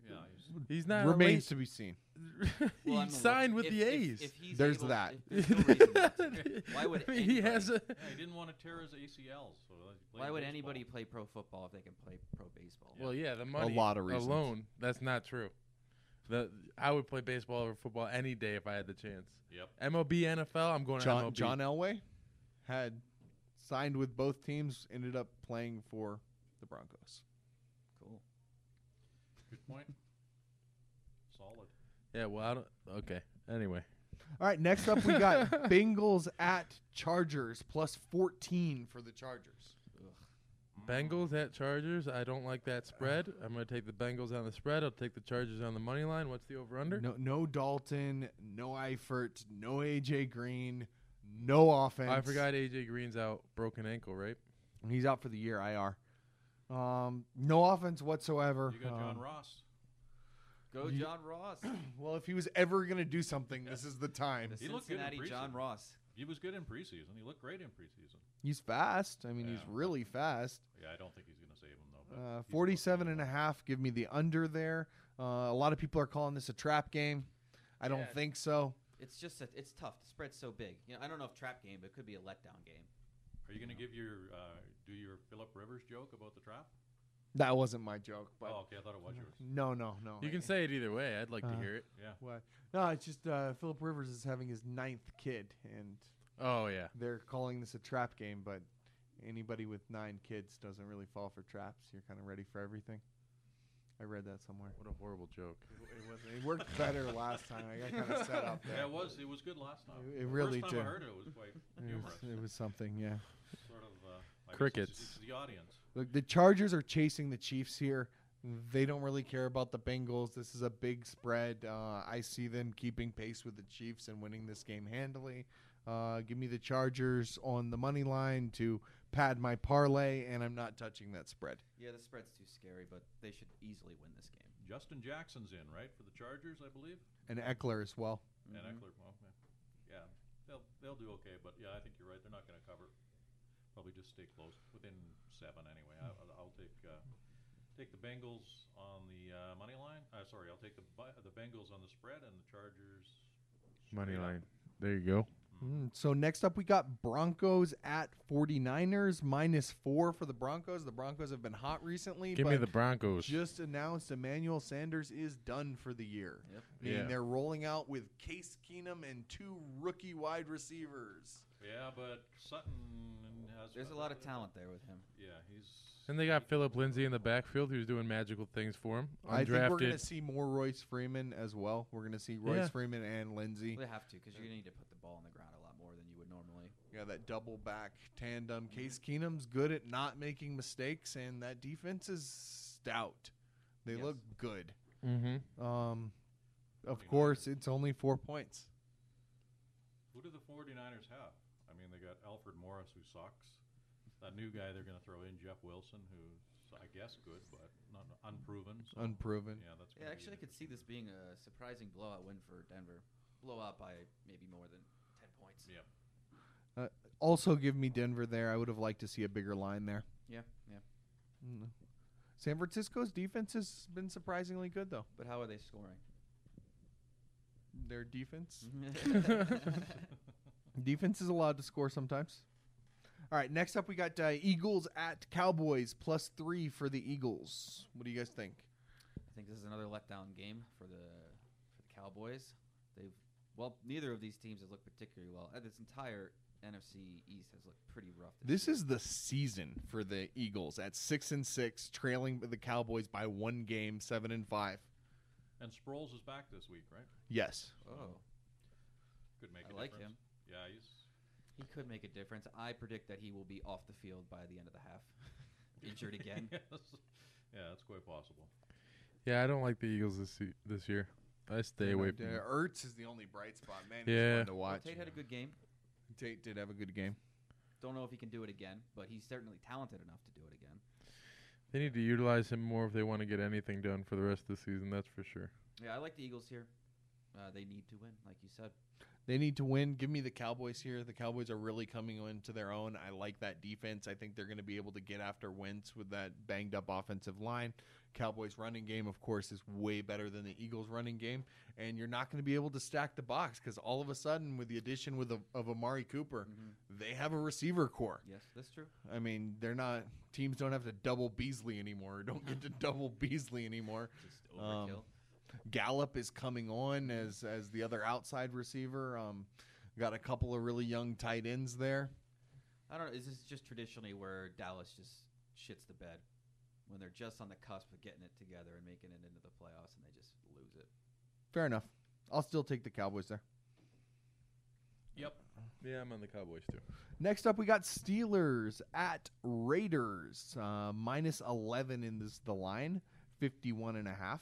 D: Yeah, he's-
F: He's not. a
E: Remains
F: Uh, late-
E: to be seen.
G: Well, I'm
F: he
G: gonna look-
F: signed with
G: if-
F: the
G: if-
F: A's.
G: if he's
E: There's
G: able-
E: that.
G: if there's no reason not to. Why would
F: I mean, he has
G: anybody-
F: a?
D: yeah, he didn't want to tear his ACL. So uh, he played
G: Why would
D: baseball.
G: anybody play pro football if they can play pro baseball?
F: Well, yeah, the money
E: lot of reasons.
F: alone. That's not true. The I would play baseball or football any day if I had the chance.
D: Yep.
F: MLB, NFL. I'm going to
E: John
F: MLB.
E: John Elway had signed with both teams, ended up playing for the Broncos.
G: Cool.
D: Good point. Solid.
F: Yeah. Well, I don't. Okay. Anyway.
E: All right, next up we got Bengals at Chargers plus 14 for the Chargers.
F: Bengals at Chargers. I don't like that spread. I'm going to take the Bengals on the spread. I'll take the Chargers on the money line. What's the over under?
E: No no Dalton, no Eifert, no AJ Green, no offense.
F: I forgot AJ Green's out, broken ankle, right?
E: He's out for the year IR. Um, no offense whatsoever.
D: You got John
E: Um,
F: Uh-huh.
D: Ross.
G: Go
E: You-
G: John Ross.
E: Well, if he was ever going to do something, this is the time.
G: The
D: He looked good in
G: Cincinnati John
D: preseason.
G: Ross.
D: He was good in preseason. He looked great in preseason.
E: He's fast. I mean, he's
D: Yeah.
E: really fast.
D: Yeah, I don't think he's going to save him though. but
E: Uh,
D: he's
E: 47
D: looked
E: and a
D: really
E: half. Give me the under there. Uh, a lot of people are calling this a trap game. I don't
F: Yeah.
E: think so.
G: It's just that it's tough. The spread's so big. You know, I don't know if trap game, but it could be a letdown game.
D: well. Are you going to give your uh, do your Philip Rivers joke about the trap?
E: That wasn't my joke, but
D: oh, okay. I thought it was yours.
E: no, no, no.
F: You can say it either way. I'd like to
E: Uh,
F: hear it.
D: Yeah.
E: what? No, it's just uh, Philip Rivers is having his ninth kid, and
F: Oh yeah.
E: they're calling this a trap game. But anybody with nine kids doesn't really fall for traps. You're kind of ready for everything. I read that somewhere.
F: What a horrible joke.
E: It, wasn't, it worked better last time. I got kind of set up there.
D: Yeah, it was. It was good last time.
E: It- it
D: The
E: really
D: First time
E: did.
D: I heard it, it was quite
E: It
D: humorous.
E: was, it was something, yeah.
D: Sort of. Uh, I guess it's-
F: Crickets.
D: It's, the audience.
E: Look, the Chargers are chasing the Chiefs here. They don't really care about the Bengals. This is a big spread. Uh, I see them keeping pace with the Chiefs and winning this game handily. Uh, give me the Chargers on the money line to pad my parlay, and I'm not touching that spread.
G: Yeah, the spread's too scary, but they should easily win this game.
D: Justin Jackson's in right for the Chargers, I believe.
E: And Eckler as well.
D: And Eckler, well, yeah. yeah, they'll they'll do okay. But yeah, I think you're right. They're not going to cover. Probably just stay close within seven anyway. I, I'll- I'll take uh, take the Bengals on the uh, money line. Uh, sorry, I'll take the bu- the Bengals on the spread and the Chargers
F: Money
D: straight up.
F: line. There you go.
E: Mm, so next up, we got Broncos at 49ers minus four for the Broncos. The Broncos have been hot recently.
F: Give me
E: but
F: the Broncos.
E: just announced Emmanuel Sanders is done for the year.
G: Yep.
E: Meaning
F: Yeah.
E: they're rolling out with Case Keenum and two rookie wide receivers.
D: Yeah, but Sutton has.
G: There's a lot of talent there with him.
D: Yeah, he's.
F: And they got Philip Lindsay in the backfield, who's doing magical things for him.
E: I think we're going to
F: Undrafted.
E: see more Royce Freeman as well. We're going to see Royce
F: Yeah.
E: Freeman and Lindsey.
G: They have to because you're gonna need to put the ball on the ground a lot more than you would normally.
E: Yeah, that double back tandem. Case Keenum's good at not making mistakes, and that defense is stout. They
G: Yes.
E: look good.
F: Mm-hmm.
E: Um, of
D: 49ers.
E: course, it's only four points.
D: Who do the 49ers have? I mean, they got Alfred Morris, who sucks. That new guy they're going to throw in, Jeff Wilson, who's I guess good, but not unproven. so-
E: Unproven.
D: Yeah, that's.
G: Yeah,
D: gonna be
G: actually, I
D: an
G: could see this being a surprising blowout win for Denver. Blowout by maybe more than ten points.
D: Yeah.
E: Uh, also, give me Denver there. I would have liked to see a bigger line there.
G: Yeah, yeah.
E: Mm. San Francisco's defense has been surprisingly good, though.
G: But how are they scoring?
E: Their defense
G: That's
E: defense is allowed to score sometimes. All right, next up we got uh, Eagles at Cowboys plus three for the Eagles. What do you guys think?
G: I think this is another letdown game for the for the Cowboys. They've well, neither of these teams has looked particularly well. Uh, This entire NFC East has looked pretty rough.
E: This
G: year.
E: is the season for the Eagles at six and six, trailing the Cowboys by one game, seven and five.
D: And Sproles is back this week, right?
E: Yes,
G: oh,
D: Could make
G: I
D: a
G: like
D: difference. Yeah, he's
G: He could make a difference. I predict that he will be off the field by the end of the half, injured again.
D: yes. Yeah, that's quite possible.
F: Yeah, I don't like the Eagles this se- this year. I stay away from.
E: Yeah,
F: them.
E: Ertz is uh, the only bright spot, man.
F: Yeah.
E: Yeah, fun to
G: Well,
E: watch.
G: Tate had a good game.
E: Tate did have a good game.
G: Don't know if he can do it again, but he's certainly talented enough to do it again.
F: They need to utilize him more if they want to get anything done for the rest of the season. That's for sure.
G: Yeah, I like the Eagles here. Uh, they need to win, like you said.
E: They need to win. Give me the Cowboys here. The Cowboys are really coming into their own. I like that defense. I think they're going to be able to get after Wentz with that banged up offensive line. Cowboys running game, of course, is way better than the Eagles running game, and you're not going to be able to stack the box because all of a sudden, with the addition with a, of Amari Cooper,
G: Mm-hmm.
E: they have a receiver core.
G: Yes, that's true.
E: I mean, they're not teams don't have to double Beasley anymore. or Don't get to double Beasley anymore.
G: Just
E: Um,
G: overkill.
E: Gallup is coming on as as the other outside receiver. Um, got a couple of really young tight ends there.
G: I don't know. Is this just traditionally where Dallas just shits the bed when they're just on the cusp of getting it together and making it into the playoffs and they just lose it?
E: Fair enough. I'll still take the Cowboys there.
D: Yep.
F: Yeah, I'm on the Cowboys too.
E: Next up, we got Steelers at Raiders uh, minus eleven in this the line fifty one and a half.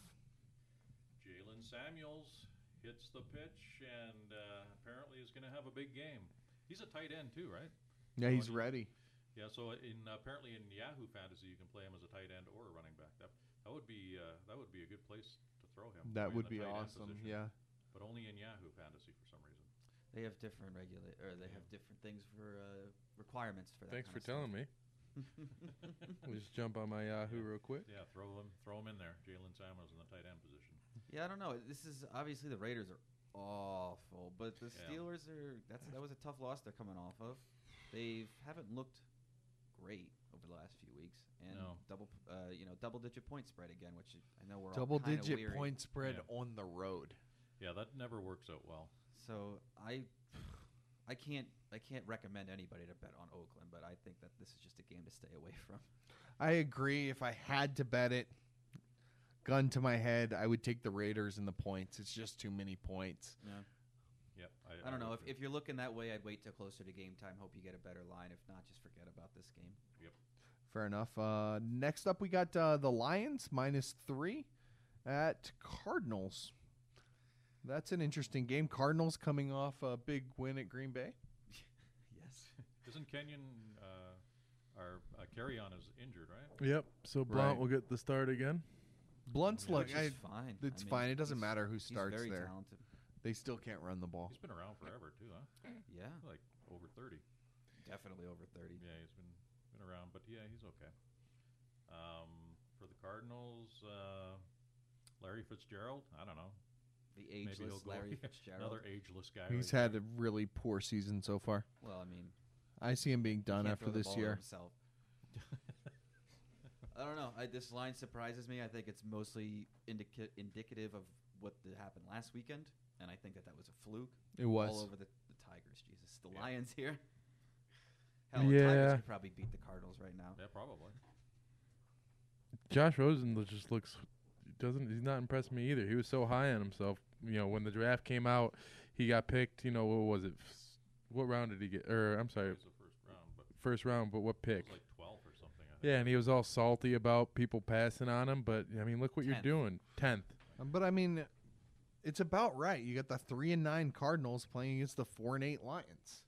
D: Jalen Samuels hits the pitch and uh, apparently is going to have a big game. He's a tight end too, right?
E: Yeah, he's
D: Oh,
E: ready.
D: Yeah. So in apparently in Yahoo Fantasy, you can play him as a tight end or a running back. That that would be uh, that would be a good place to throw him.
E: That
D: in
E: would
D: the
E: be
D: tight end
E: awesome.
D: position.
E: Yeah.
D: But only in Yahoo Fantasy for some reason.
G: They have different regula- or they have different things for uh, requirements for that.
F: Thanks for telling me. We'll just jump on my Yahoo real quick.
D: Yeah. Throw him. Throw him in there. Jalen Samuels in the tight end position.
G: Yeah, I don't know. This is obviously the Raiders are awful, but the
D: Yeah.
G: Steelers are. That's that was a tough loss they're coming off of. They haven't looked great over the last few weeks, and
D: No.
G: double uh, you know double digit point spread again, which I know we're all
E: Double
G: kinda
E: digit
G: weary.
E: point spread
D: Yeah.
E: on the road.
D: Yeah. That never works out well.
G: So I, I can't I can't recommend anybody to bet on Oakland, but I think that this is just a game to stay away from.
E: I agree. If I had to bet it, gun to my head, I would take the Raiders and the points. It's just too many points.
D: Yep.
G: I don't know if,
D: would agree.
G: if you're looking that way, I'd wait till closer to game time. Hope you get a better line. If not, just forget about this game.
E: Fair enough. Uh, next up, we got uh, the Lions minus three at Cardinals. That's an interesting game. Cardinals coming off a big win at Green Bay.
G: Yes.
D: Isn't Kenyon uh, our uh, carry on is injured, right?
F: Yep. So Blount
E: Blount Right.
F: will get the start again.
E: Blunt's look,
G: Which
E: I-
G: is fine. I
E: it's
G: mean,
E: fine. It doesn't
G: he's-
E: matter who starts
G: he's very
E: there.
G: Talented.
E: They still can't run the ball.
D: He's been around forever too, huh?
G: Yeah,
D: Like over thirty.
G: definitely over thirty.
D: Yeah, he's been been around, but yeah, he's okay. Um, for the Cardinals, uh, Larry Fitzgerald. I don't know.
G: The ageless Larry Fitzgerald.
D: Another ageless guy.
E: He's
D: right
E: had a really poor season so far.
G: Well, I mean,
E: I see him being done
G: can't
E: after
G: throw the
E: this
G: ball to
E: year.
G: Himself. I don't know. I, this line surprises me. I think it's mostly indica- indicative of what did happened last weekend, and I think that that was a fluke.
E: It was.
G: all over the, the Tigers. Jesus, the
D: Yeah.
G: Lions here. Hell, the Tigers
F: Yeah.
G: could probably beat the Cardinals right now.
D: Yeah, probably.
F: Josh Rosen lo- just looks doesn't he's not impressed me either. He was so high on himself. You know, when the draft came out, he got picked. You know, what was it? F- What round did he get? Or I'm
D: He
F: sorry,
D: was the first round, but
F: first round. But what
D: it
F: pick?
D: was like twelve or something. I think.
F: Yeah, and he was all salty about people passing on him. But I mean, look what
G: Tenth.
F: you're doing. Tenth.
E: Um, But I mean, it's about right. You got the three and nine Cardinals playing against the four and eight Lions.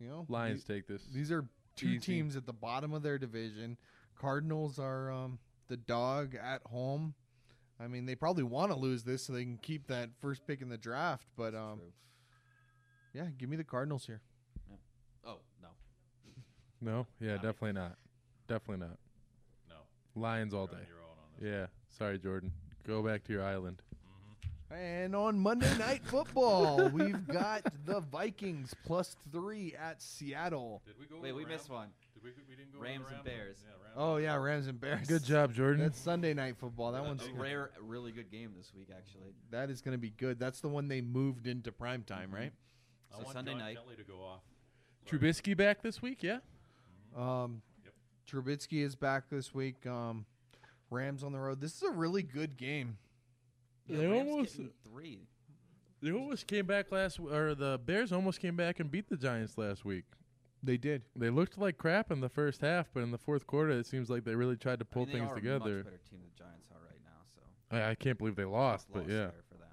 E: You know,
F: Lions
E: The-
F: take this.
E: These are two
F: Easy.
E: teams at the bottom of their division. Cardinals are um, the dog at home. I mean, they probably want to lose this so they can keep that first pick in the draft. But
G: It's
E: um,
G: true.
E: yeah, give me the Cardinals here.
G: oh no,
F: No, yeah,
G: I-
F: definitely not. Definitely not.
D: No,
F: Lions all
D: you're on
F: day.
D: your own on this.
F: Yeah. Sorry, Jordan. Go back to your island.
E: And on Monday Night Football, we've got the Vikings plus three at Seattle.
D: Did we go?
G: wait,
D: over
G: we
D: the
G: missed
D: Rams?
G: one.
D: Did we? We didn't go. over the
G: Rams and
D: Rams
G: Bears.
D: Yeah, Rams.
E: Oh yeah, Rams and Bears.
F: Good job, Jordan.
E: That's Sunday Night Football. That one's
G: A rare, really good game this week actually.
E: That is going to be good. That's the one they moved into prime
G: Mm-hmm.
E: time, right?
D: I
G: So
D: want
G: Sunday
D: John
G: night.
D: Kelly to go off.
F: Trubisky back this week, yeah?
E: Um,
D: Yep.
E: Trubisky is back this week. Um, Rams on the road. This is a really good game.
F: They
G: Rams
F: almost-
G: getting three.
F: They almost came back last, w- or the Bears almost came back and beat the Giants last week.
E: They did.
F: They looked like crap in the first half, but in the fourth quarter, it seems like they really tried to
G: I
F: pull
G: mean, they
F: things
G: are A
F: together.
G: much better team than the Giants are right now, so
F: I, I can't believe they lost, but
G: loss
F: yeah.
G: there for them.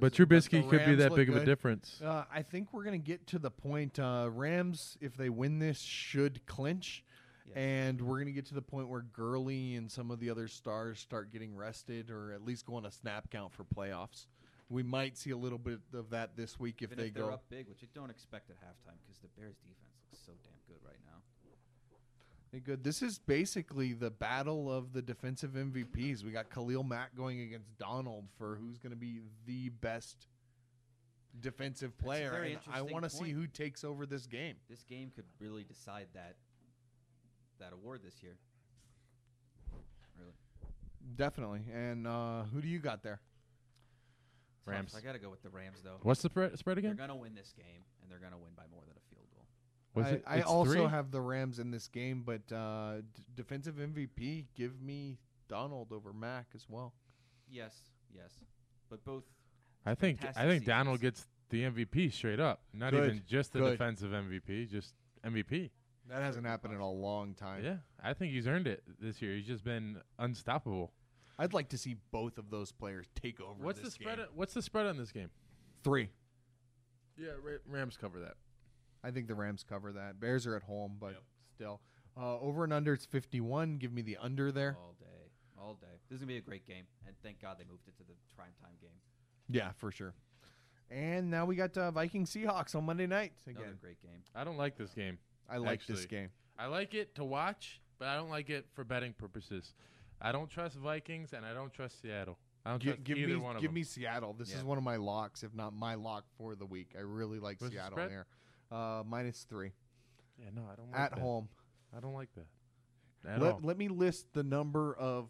F: But
E: the
F: Trubisky could be
E: Rams
F: that
E: look
F: big of a
E: good.
F: difference.
E: Uh, I think we're going to get to the point. Uh, Rams, if they win this, should clinch.
G: Yes.
E: And we're going to get to the point where Gurley and some of the other stars start getting rested or at least go on a snap count for playoffs. We might see a little bit of that this week if
G: Even
E: they
G: if they're
E: go.
G: up big, which I don't expect at halftime, because the Bears' defense looks so damn good right now.
E: They're Good. This is basically the battle of the defensive MVPs. We got Khalil Mack going against Donald for who's going to be the best defensive
G: a
E: player.
G: very
E: And I
G: interesting
E: want to see
G: point.
E: who takes over this game.
G: This game could really decide that that award this year. Really,
E: Definitely. And uh, who do you got there?
G: Tough.
F: Rams.
G: I gotta go with the Rams though.
F: What's the pre- spread
G: They're
F: again?
G: gonna win this game, and they're gonna win by more than a field goal.
F: Was
E: I,
F: it,
E: I
F: it's
E: also
F: three?
E: have the Rams in this game, but uh, d- defensive MVP, give me Donald over Mack as well.
G: Yes, yes, but both.
F: I think I
G: fantastic
F: think Donald
G: seasons.
F: gets the MVP straight up. Not
E: Good,
F: even just the
E: good.
F: defensive MVP, just MVP.
E: That hasn't happened in a long time.
F: Yeah, I think he's earned it this year. He's just been unstoppable.
E: I'd like to see both of those players take over.
F: What's the
E: this
F: spread?
E: game.
F: o- What's the spread on this game?
E: Three.
F: Yeah, Rams cover that.
E: I think the Rams cover that. Bears are at home, but
D: Yep.
E: still. Uh, over and under, it's 51. Give me the under there.
F: Oh.
G: all day, all day. This is gonna be a great game, and thank God they moved it to the prime time game.
E: Yeah, for sure. And now we got uh, Viking Seahawks on Monday night
G: Another
E: again.
G: great game.
F: I don't like this game.
E: I like this
F: actually.
E: game.
F: I like it to watch, but I don't like it for betting purposes. I don't trust Vikings and I don't trust Seattle. I don't
E: Gi-
F: trust
E: give
F: either
E: me,
F: one of
E: give
F: them.
E: me Seattle. This
G: Yeah.
E: is one of my locks, if not my lock for the week. I really like
F: What's the
E: Seattle
F: spread?
E: there. Uh, minus three
F: yeah, no, I don't like
E: at
F: that.
E: home.
F: I don't like that. At all.
E: Let, let me list the number of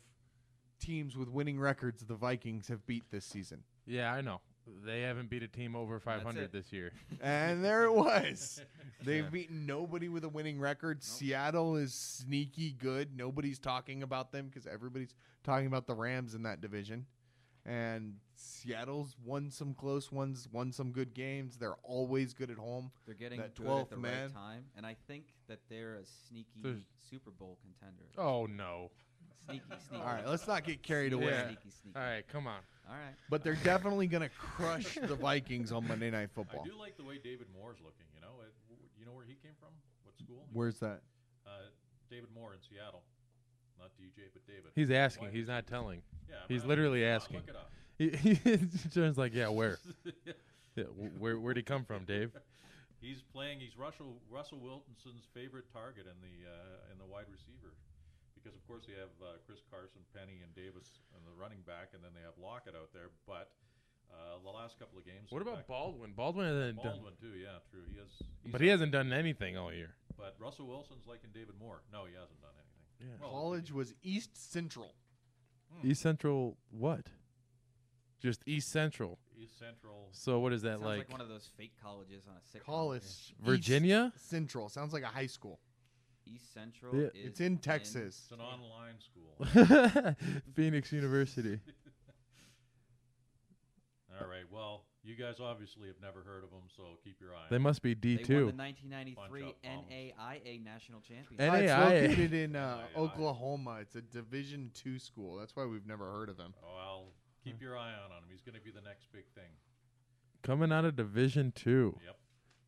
E: teams with winning records the Vikings have beat this season.
F: yeah, I know. They haven't beat a team over 500
G: it.
F: this year.
E: And there it was. They've beaten nobody with a winning record. Seattle is sneaky good. Nobody's talking about them because everybody's talking about the Rams in that division. And Seattle's won some close ones, won some good games. They're always good at home.
G: They're getting
E: That
G: good
E: 12th
G: at the
E: man.
G: right time, and I think that they're a sneaky
F: There's-
G: Super Bowl contender.
F: Oh no!
G: Sneaky, sneaky.
D: Oh.
E: All right, let's not get carried
G: Sneaky,
E: away.
F: Yeah.
G: Sneaky, sneaky.
F: All right, come on.
G: All right.
E: But they're definitely going to crush the Vikings on Monday Night
D: I
E: Football.
D: do like the way David Moore's looking. You know, it, w- you know where he came from? What school?
E: Where's that?
D: Uh, David Moore in Seattle. Not DJ, but David.
F: He's asking.
D: Why-
F: He's not telling.
D: Yeah,
F: he's
D: I mean,
F: literally
D: uh,
F: asking.
D: Look it up.
F: He, he John's like, yeah, where? Yeah, wh- where where'd he come from, Dave?
D: He's playing. He's Russell Russell Wilson's favorite target in the uh, in the wide receiver, because of course they have uh, Chris Carson, Penny, and Davis and the running back, and then they have Lockett out there. But uh, the last couple of games.
F: What
D: in
F: about
D: fact,
F: Baldwin? Baldwin hasn't done,
D: Baldwin too? Yeah, true. He has. he's
F: but he
D: out
F: hasn't done anything all year.
D: But Russell Wilson's liking David Moore. No, he hasn't done anything.
F: Yeah.
D: Well,
E: College was East Central.
F: East Central, what? Just East Central.
D: East Central.
F: So what is that
G: Sounds like,
F: like?
G: one of those fake colleges on a sitcom.
E: College. East
F: Virginia?
E: Central. Sounds like a high school.
G: East Central.
F: Yeah.
G: Is
E: It's in Texas.
D: It's an online school.
F: Phoenix University.
D: All right. Well, you guys obviously have never heard of him, so keep your eye.
F: They
D: on
F: must be
G: They
F: D
G: won
F: two.
G: the 1993
D: Bunch of
G: NAIA National Championship.
F: And-
E: Uh, it's
F: NAIA.
E: located in uh,
D: NAIA.
E: Oklahoma. It's a Division two school. That's why we've never heard of him.
D: him. Well, keep your eye on him. He's going to be the next big thing.
F: Coming out of Division two.
D: Yep.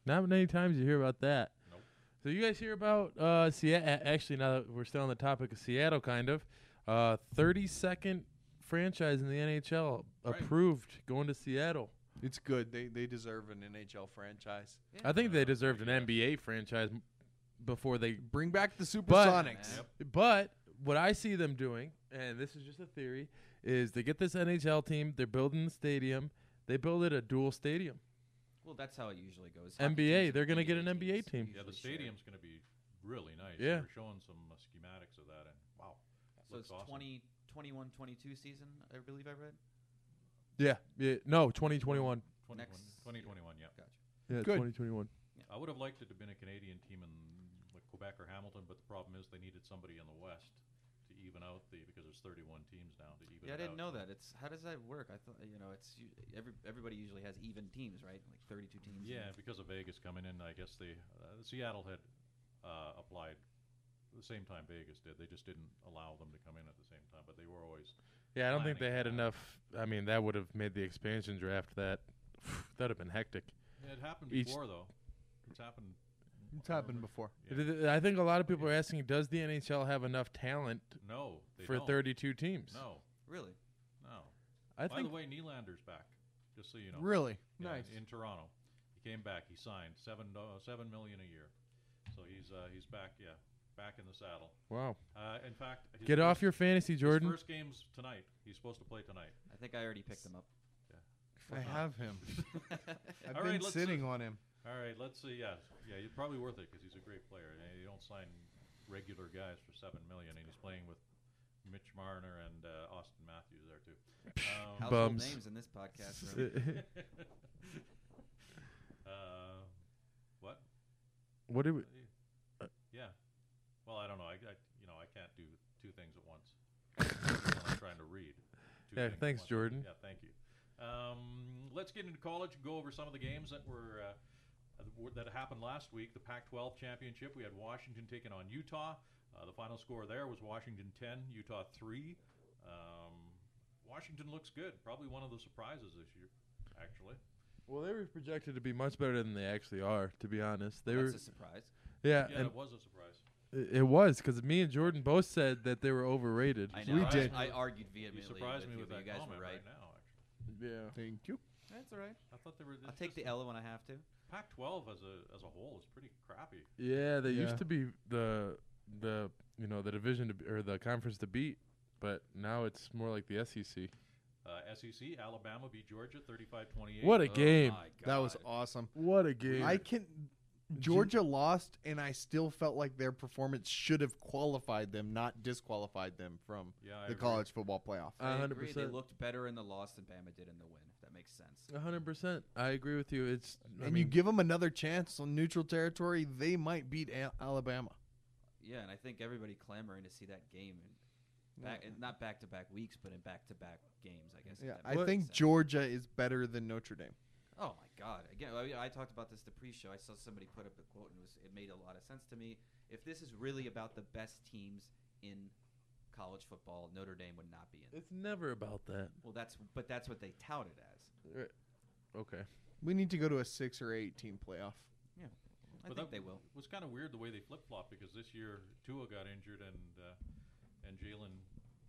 F: Not many times you hear about that.
D: Nope.
F: So you guys hear about uh, Seattle? Actually, now that we're still on the topic of Seattle, kind of uh, 32nd franchise in the NHL
D: Right.
F: approved going to Seattle.
E: It's good. They they deserve an NHL franchise.
F: I think
G: Uh,
F: they deserved an NBA franchise m- before they.
E: Bring back the
F: But-
E: Supersonics.
D: Yep.
F: But what I see them doing, and this is just a theory, is they get this NHL team. They're building the stadium. They build it a dual stadium.
G: Well, that's how it usually goes.
F: NBA,
G: teams
F: they're gonna
G: and
F: get an NBA
G: teams
F: team.
D: Yeah, the
G: usually share.
D: stadium's going to be really nice.
F: Yeah.
D: They were showing some uh, schematics of that, and wow.
G: So
D: looks
G: it's
D: awesome.
G: 20, 21, 22 season, I believe I read.
F: Yeah. yeah no, 2021.
D: 2021
G: Next-
D: 2021, yeah.
G: Gotcha.
F: Yeah,
E: Good.
F: 2021.
D: I would have liked it to have been a Canadian team in like Quebec or Hamilton, but the problem is they needed somebody in the West to even out out the because there's 31 teams now to even.
G: Yeah, I
D: it out.
G: didn't know that. It's how does that work? I thought you know it's u- every everybody usually has even teams, right? Like thirty-two teams.
D: Yeah, because of Vegas coming in, I guess the uh, Seattle had uh, applied the same time Vegas did. They just didn't allow them to come in at the same time, but they were always.
F: Yeah, I don't think they
D: planning
F: had
D: that.
F: enough. I mean, that would have made the expansion draft that that'd have been hectic.
D: It happened
F: Each-
D: before though. It's happened.
E: It's happened before.
D: Yeah.
F: Th- th- I think a lot of people are asking, does the NHL have enough talent
D: No, they
F: for
D: don't.
F: 32 teams?
D: No,
G: Really?
D: no.
F: I
D: By
F: think
D: the way, Nylander's back. Just so you know.
E: Really
D: Yeah,
E: nice.
D: in Toronto. He came back. He signed seven uh, seven million a year. So he's uh, he's back. Yeah, back in the saddle.
F: Wow.
D: Uh, in fact, his
F: Get off
D: first-
F: your fantasy,
D: his
F: Jordan.
D: First game's tonight. He's supposed to play tonight.
G: I think I already picked them up.
E: I have him. I've
D: All
E: been
D: right, let's, uh,
E: sitting on him.
D: All right, let's see. Yeah, yeah, he's probably worth it because he's a great player. Yeah, You don't sign regular guys for seven million, and he's playing with Mitch Marner and uh, Austin Matthews there too. Um,
G: Household
F: Bums.
G: names in this podcast. Really.
D: uh, what?
F: what do we? Uh,
D: Yeah. Well, I don't know. I, I you know I can't do two things at once. While I'm trying to read. two
F: Yeah,
D: things at
F: thanks,
D: once.
F: Jordan.
D: Yeah, thank you. Um, let's get into college. Go over some of the games that were uh, uh, were- that happened last week. The Pac-12 championship. We had Washington taking on Utah. Uh, the final score there was Washington 10, Utah 3. Um, Washington looks good. Probably one of the surprises this year, actually.
F: Well, they were projected to be much better than they actually are. To be honest, they
G: That's
F: were.
G: a surprise.
F: Yeah,
D: Yeah,
F: Uh, and
D: it was a surprise.
F: i- it was because me and Jordan both said that they were overrated.
G: I
D: You
G: know.
E: We
G: I-
E: did.
G: I argued
D: You
G: vehemently.
D: surprised me
G: you,
D: with
G: but
D: that
G: you guys
D: comment
G: were right.
D: now. Actually,
F: Yeah.
E: Thank you.
G: That's all right.
D: I thought they were.
G: I'll
D: it's
G: take
D: just
G: the L when I have to.
D: Pac-12 as a as a whole is pretty crappy.
F: Yeah, they
E: Yeah.
F: used to be the the you know the division to, b- or the conference to beat, but now it's more like the E SEC.
D: Uh, SEC Alabama beat Georgia 35-28.
F: What a
G: Oh
D: Uh,
F: game!
E: That was awesome.
F: What a game!
E: I can. Georgia lost, and I still felt like their performance should have qualified them, not disqualified them from
D: Yeah, I
E: the
D: agree.
E: college football playoff.
F: A
G: I
F: hundred
G: agree. They
F: percent.
G: looked better in the loss than Bama did in the win. If that makes sense.
F: A hundred percent. I agree with you. It's I
E: and you
F: mean,
E: give them another chance on neutral territory, they might beat Al- Alabama.
G: Yeah, and I think everybody clamoring to see that game and back, and not back to back weeks, but in back to back games. I guess. if
E: Yeah,
G: that
E: I
G: makes
E: think
G: sense.
E: Georgia is better than Notre Dame.
G: Oh my God! Again, I, mean, I talked about this the pre-show. I saw somebody put up a quote, and it, was, it made a lot of sense to me. If this is really about the best teams in college football, Notre Dame would not be in. it.
F: it's never about that.
G: Well, that's but that's what they touted as.
F: Right. Okay.
E: We need to go to a six or eight team playoff.
G: Yeah, I
D: But
G: think
D: that
G: they will.
D: was kind of weird the way they flip flopped because this year Tua got injured and uh, and Jalen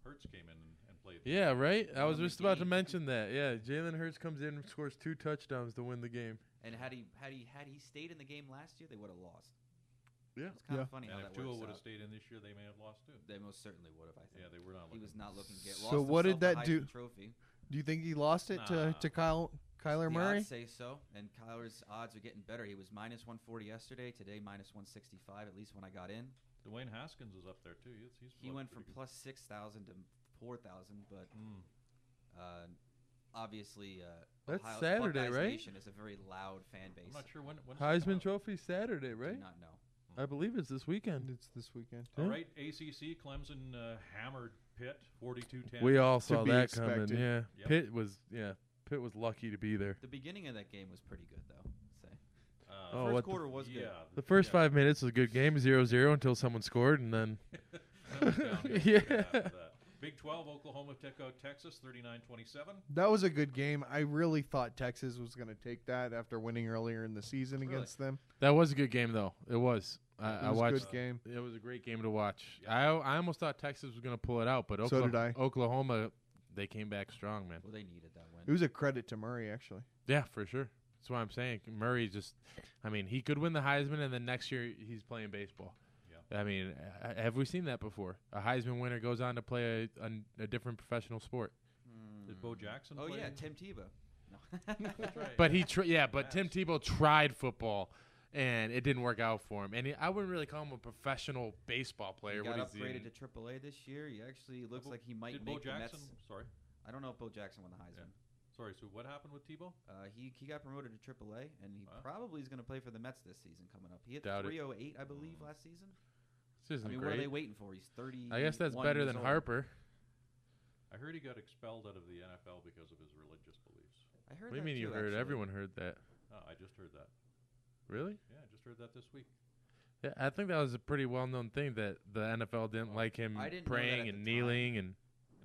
D: Hurts came in and, and played.
F: Yeah. Right. I
G: Won
F: was
G: the
F: just about to
G: game.
F: mention that. Yeah. Jalen Hurts comes in and scores two touchdowns to win the game.
G: And had he had he had he stayed in the game last year, they would have lost.
F: Yeah.
G: It's kind
E: Yeah.
G: of funny
D: And
G: how
D: if
G: that
D: Tua
G: works
D: would
G: out.
D: have stayed in this year, they may have lost too.
G: They most certainly would have. I think.
D: Yeah, they were not
G: he
D: looking.
G: was not looking good.
E: So what did that do-
G: Trophy.
E: Do you think he lost it
D: Nah.
E: to, to Kyle Kyler
G: The
E: Murray?
G: odds say so, and Kyler's odds are getting better. He was minus 140 yesterday. Today minus 165. At least when I got in,
D: Dwayne Haskins is up there too. He's, he's
G: he
D: looked
G: went from
D: pretty good.
G: plus 6,000 to 4,000. But
D: Mm.
G: uh, obviously, uh,
F: That's
G: Ohio-
F: Saturday,
G: Buckeyes
F: right?
G: Nation is a very loud fan base.
D: I'm not sure when. when does it come
F: Heisman
D: out?
F: Trophy Saturday,
G: Do
F: right?
G: not know.
F: I believe it's this weekend.
E: It's this weekend.
D: All
F: Yeah.
D: right, ACC Clemson uh, hammered Pitt Uh, 42-10.
F: We all saw
E: be
F: that
E: expected.
F: coming. Yeah.
D: Yep.
F: Pitt was yeah. Pitt was lucky to be there.
G: The beginning of that game was pretty good, though. I'd Say
D: Uh,
F: Oh,
G: first
F: what the-
G: quarter was
D: yeah,
G: good.
F: The first
D: yeah,
F: five minutes was a good game, zero zero until someone scored, and then
D: that was downhill
F: Yeah.
D: after that. Big 12, Oklahoma took out Texas 39-27.
E: That was a good game. I really thought Texas was going to take that after winning earlier in the season
G: Really?
E: against them.
F: that was a good game though. It was. I,
E: It
F: I
E: was a
F: watched.
E: good game.
F: It was a great game to watch. I I almost thought Texas was going to pull it out, but
E: So
F: Oklahoma,
E: did I.
F: Oklahoma they came back strong, man.
G: Well, they needed that win.
E: It was a credit to Murray, actually.
F: Yeah, for sure. That's what I'm saying. Murray just, I mean, he could win the Heisman, and then next year he's playing baseball.
D: Yeah.
F: I mean, uh, have we seen that before? A Heisman winner goes on to play a, a, a different professional sport.
D: Did Bo Jackson
G: Oh
D: play?
G: yeah, Tim Tebow. No.
D: That's right.
F: But he, tr- yeah, but Tim Tebow tried football, and it didn't work out for him. And he, I wouldn't really call him a professional baseball
G: He
F: player.
G: got
F: What is he?
G: upgraded to AAA this year. He actually looks
D: Bo-
G: like he might
D: Did Bo
G: make
D: Jackson?
G: the Mets.
D: Sorry,
G: I don't know if Bo Jackson won the Heisman.
D: sorry. So what happened with Tebow?
G: Uh, he he got promoted to AAA, and he
D: Wow.
G: probably is going to play for the Mets this season coming up. He hit
F: Doubt it.
D: Mm.
G: 308, I believe, last season.
F: It's This isn't
G: I mean, what are they
F: great.
G: waiting for? He's thirty.
F: I guess that's better than Harper.
D: I heard he got expelled out of the NFL because of his religious beliefs.
G: I
F: What
G: heard
F: do you
G: that
F: mean you
G: too,
F: heard?
G: actually.
F: Everyone heard that.
D: Oh, I just heard that.
F: Really?
D: Yeah, I just heard that this week.
F: Yeah, I think that was a pretty well-known thing that the NFL didn't like him
G: I didn't know that at
F: praying
G: the
F: and
G: time.
F: kneeling and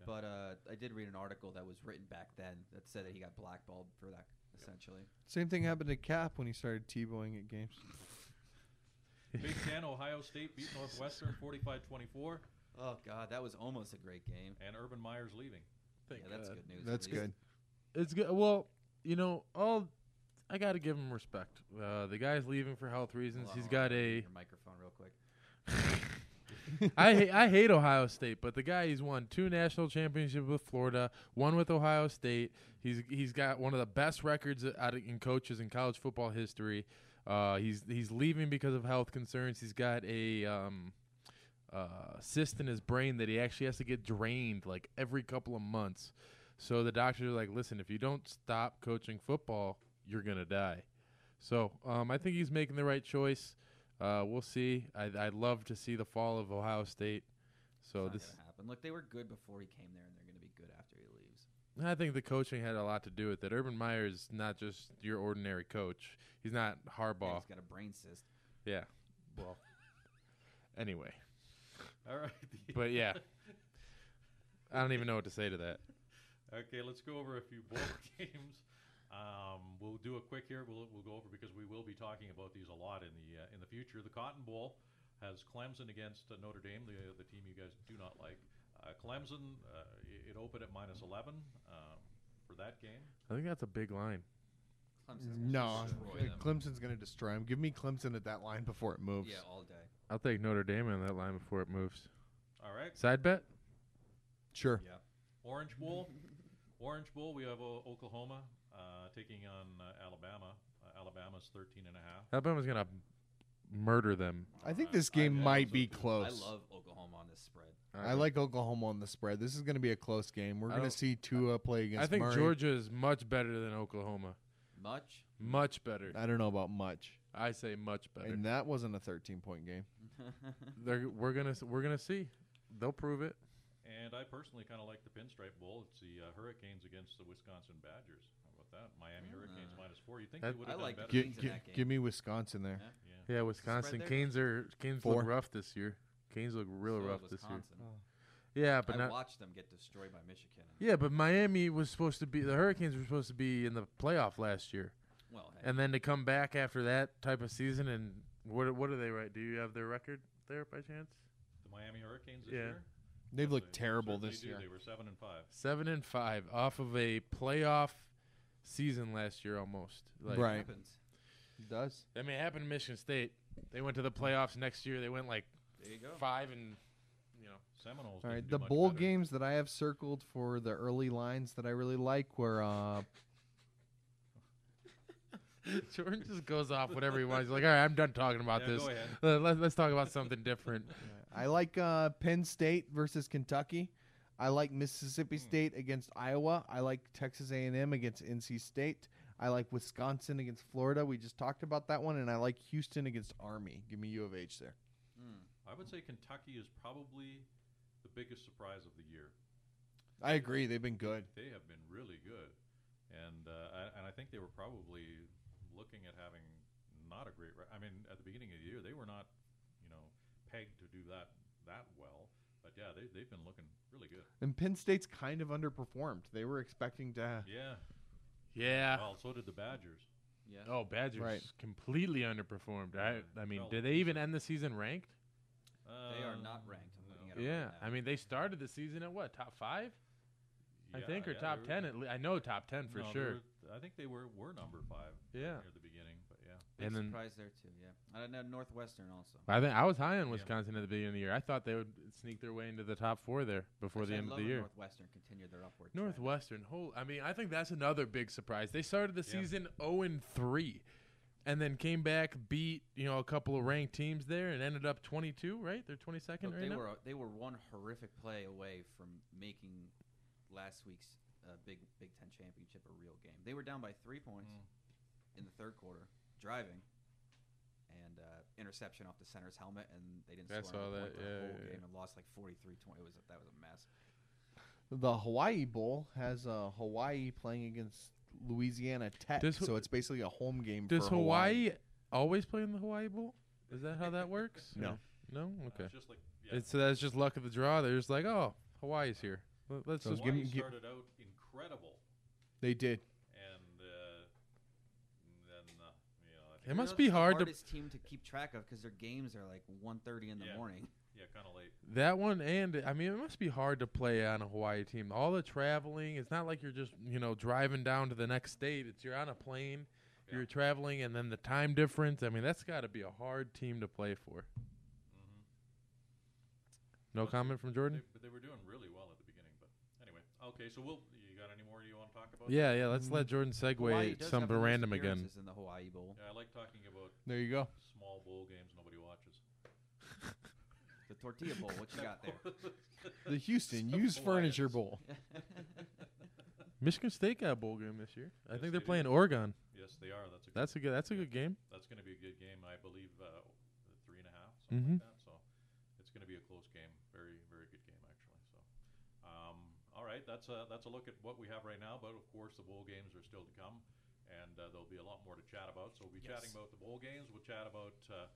G: But uh, I did read an article that was written back then that said that he got blackballed for that, essentially.
E: Same thing happened to Cap when he started T-boying at games.
D: Big Ten, Ohio State beat Northwestern 45-24,
G: Oh God, that was almost a great game.
D: and Urban Meyer's leaving.
F: Thank
G: yeah, that's
F: God.
G: good news. at
E: That's
G: least.
E: good.
F: It's good. Well, you know, all I got to give him respect. Uh, the guy's leaving for health reasons.
G: Hold on,
F: He's
G: hold
F: got
G: on,
F: a.
G: your microphone real quick.
F: I ha- I hate Ohio State, but the guy he's won two national championships with Florida, one with Ohio State. He's he's got one of the best records out of, in coaches in college football history. Uh, he's he's leaving because of health concerns. He's got a um, uh, cyst in his brain that he actually has to get drained like every couple of months. So the doctors are like, listen, if you don't stop coaching football, you're gonna die. So um, I think he's making the right choice. Uh, we'll see. I'd, I'd love to see the fall of Ohio State. So
G: It's not
F: this,
G: gonna happen. Look, they were good before he came there, and they're gonna be good after he leaves.
F: I think the coaching had a lot to do with it. Urban Meyer is not just your ordinary coach. He's not
G: And
F: Harbaugh.
G: He's got a brain cyst.
F: Yeah. Well. anyway,
D: All right.
F: but yeah, I don't even know what to say to that.
D: Okay, let's go over a few board games. Um, we'll do a quick here. We'll, we'll go over because we will be talking about these a lot in the uh, in the future. The Cotton Bowl has Clemson against uh, Notre Dame, the the team you guys do not like. Uh, Clemson, uh, i- it opened at minus eleven um, for that game.
F: I think that's a big line.
G: Clemson's gonna
E: No,
G: destroy
E: Cle-
G: them.
E: Clemson's going to destroy him. Give me Clemson at that line before it moves.
G: Yeah, all day.
F: I'll take Notre Dame on that line before it moves.
D: All right.
F: Side bet.
E: Sure.
D: Yeah. Orange Bowl. Orange Bowl. We have o- Oklahoma uh, taking on uh, Alabama. Uh, Alabama's 13 and a half.
F: Alabama's gonna murder them.
E: I think this game
D: I- I
E: might
D: also
E: be
D: do. I
E: close.
G: Uh, I love Oklahoma on this spread.
E: I like Oklahoma on the spread. This is going to be a close game. We're
F: I
E: going to
F: don't-
E: see Tua play against.
F: I think
E: Murray.
F: Georgia is much better than Oklahoma.
G: Much.
F: Much better.
E: I don't know about much,
F: I say much better.
E: and that wasn't a 13 point game.
F: They're, we're gonna s- we're gonna see. They'll prove it.
D: And I personally kind of like the Pinstripe Bowl. It's the uh, Hurricanes against the Wisconsin Badgers. How about that? Miami Hurricanes minus four. You think
F: That-
D: they would
G: Ah. I
D: have done
G: like
D: better?
G: the Canes
E: Give,
G: in
E: give,
G: that game.
E: give me Wisconsin there.
G: Yeah.
D: yeah.
F: Yeah, Wisconsin
G: there?
F: Canes are Canes
E: Four.
F: look rough this year. Canes look real
G: So did
F: rough this
G: Wisconsin.
F: year. Yeah, but
G: I
F: not.
G: watched them get destroyed by Michigan.
F: Yeah, but Miami was supposed to be the Hurricanes were supposed to be in the playoff last year,
G: Well, hey,
F: and then to come back after that type of season and what what are they right? Do you have their record there by chance?
D: The Miami Hurricanes this
F: Yeah.
D: year.
E: They've looked
D: They
E: terrible
D: certainly
E: this
D: do.
E: year.
D: They were seven and five.
F: Seven and five off of a playoff season last year almost. Like,
G: it
E: Right.
G: happens.
E: does.
F: I mean, it happened to Michigan State. They went to the playoffs next year. They went like
G: There you go.
F: five and you know.
D: Seminoles.
E: All right,
D: didn't
E: the
D: do much
E: bowl
D: better.
E: games that I have circled for the early lines that I really like were uh,
F: Jordan just goes off whatever he wants. He's like, all right, I'm done talking about
D: Yeah,
F: this. Uh,
D: go ahead.
F: Let- Let's, let's talk about something different.
E: I like uh, Penn State versus Kentucky. I like Mississippi State against Iowa. I like Texas A&M against NC State. I like Wisconsin against Florida. We just talked about that one, and I like Houston against Army. Give me U of H there.
D: I would say Kentucky is probably the biggest surprise of the year.
E: I agree. They've been good.
D: They have been really good, and uh, I- and I think they were probably looking at having not a great. Re- I mean, at the beginning of the year, they were not, you know, pegged to do that that well. But yeah, they they've been looking really good.
E: And Penn State's kind of underperformed. They were expecting to.
D: Yeah.
F: Yeah.
D: Well, so did the Badgers.
G: Yeah.
F: Oh, Badgers
E: Right.
F: completely underperformed. I I mean,
D: Well,
F: did they even end the season ranked?
D: Uh,
G: They are not
D: Oh,
G: ranked. I'm looking at it right
F: Yeah.
G: now.
F: I mean, they started the season at what? Top five? I
D: yeah,
F: think, or
D: yeah,
F: top
D: they
F: ten?
D: were-
F: At le- I know top ten for
D: no, they
F: sure.
D: were- I think they were were number five.
F: Yeah.
D: Near the beginning, but yeah.
G: Big
F: and then
G: surprise there too. Yeah, I don't know Northwestern also.
F: I think I was high on Wisconsin at the beginning of the year. I thought they would sneak their way into the top four there before
G: Actually,
F: the
G: I
F: end of
G: love
F: the
G: when
F: year.
G: Northwestern continued their upward. trend.
F: Northwestern, whole. I mean, I think that's another big surprise. They started the season zero and three, and then came back, beat you know a couple of ranked teams there, and ended up twenty two. Right, they're twenty second
G: Look,
F: right
G: they
F: now.
G: were they were one horrific play away from making last week's uh, big Big Ten
F: Mm.
G: championship a real game. They were down by three points in the third quarter, driving, and uh, interception off the center's helmet, and they didn't
F: I
G: score
F: saw
G: another
F: that,
G: point for the
F: yeah,
G: whole
F: yeah.
G: game and lost like 43-20. It was that was a mess.
E: The Hawaii Bowl has uh, Hawaii playing against Louisiana Tech,
F: Does Ho-
E: so it's basically a home game.
F: Does
E: for Hawaii.
F: Hawaii always play in the Hawaii Bowl? Is that how that works?
E: No.
F: No?
D: Uh,
F: Okay.
D: it's just like yeah.
F: It's, so that's just luck of the draw. They're just like, oh, Hawaii's here. Let- Let's
E: So
F: just
E: give
D: Hawaii
E: me- gi-
D: started out incredible,
E: They did.
D: and uh, then uh, you know, I
F: It
D: think
F: must
G: They're
F: be
G: the
F: hard to-
G: hardest team to keep track of because their games are like 1.30 in the
D: Yeah.
G: morning.
D: yeah, kind of late.
F: That one, and I mean, it must be hard to play on a Hawaii team. All the traveling, it's not like you're just, you know, driving down to the next state. It's you're on a plane,
D: Yeah.
F: you're traveling, and then the time difference. I mean, that's got to be a hard team to play for. No comment from Jordan?
D: They, but they were doing really well at the beginning. But anyway, okay. So we'll. You got any more you want to talk about?
F: Yeah, yeah, let's let Jordan
G: Hawaii
F: segue
G: does
F: some
G: have the most
F: random again.
G: appearances in the Hawaii Bowl.
D: Yeah, I like talking about
E: There you go.
D: small bowl games nobody watches.
G: The Tortilla Bowl. What you got there?
E: The Houston
D: The
E: Used Furniture
D: Hawaiians.
E: Bowl.
F: Michigan State got a bowl game this year. I
D: Yes, they
F: think they're
D: do.
F: playing Oregon.
D: Yes, they are. That's a good,
F: That's a good. That's a good game.
D: that's going to be a good game. I believe uh, three and a half, something
F: Mhm.
D: like that. So it's going to be a close game. Very, very good game actually. So, um, all right, that's a that's a look at what we have right now. But of course, the bowl games are still to come, and uh, there'll be a lot more to chat about. So we'll be chatting about the bowl games. We'll chat about uh,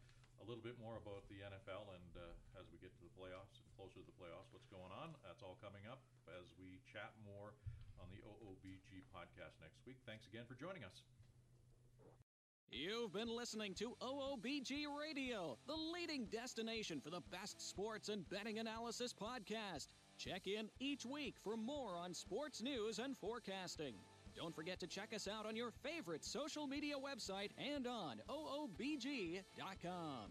D: a little bit more about the NFL, and uh, as we get to the playoffs and closer to the playoffs, what's going on? That's all coming up as we chat more on the OOBG podcast next week. Thanks again for joining us.
C: You've been listening to OOBG Radio, the leading destination for the best sports and betting analysis podcast. Check in each week for more on sports news and forecasting. Don't forget to check us out on your favorite social media website and on OOBG.com.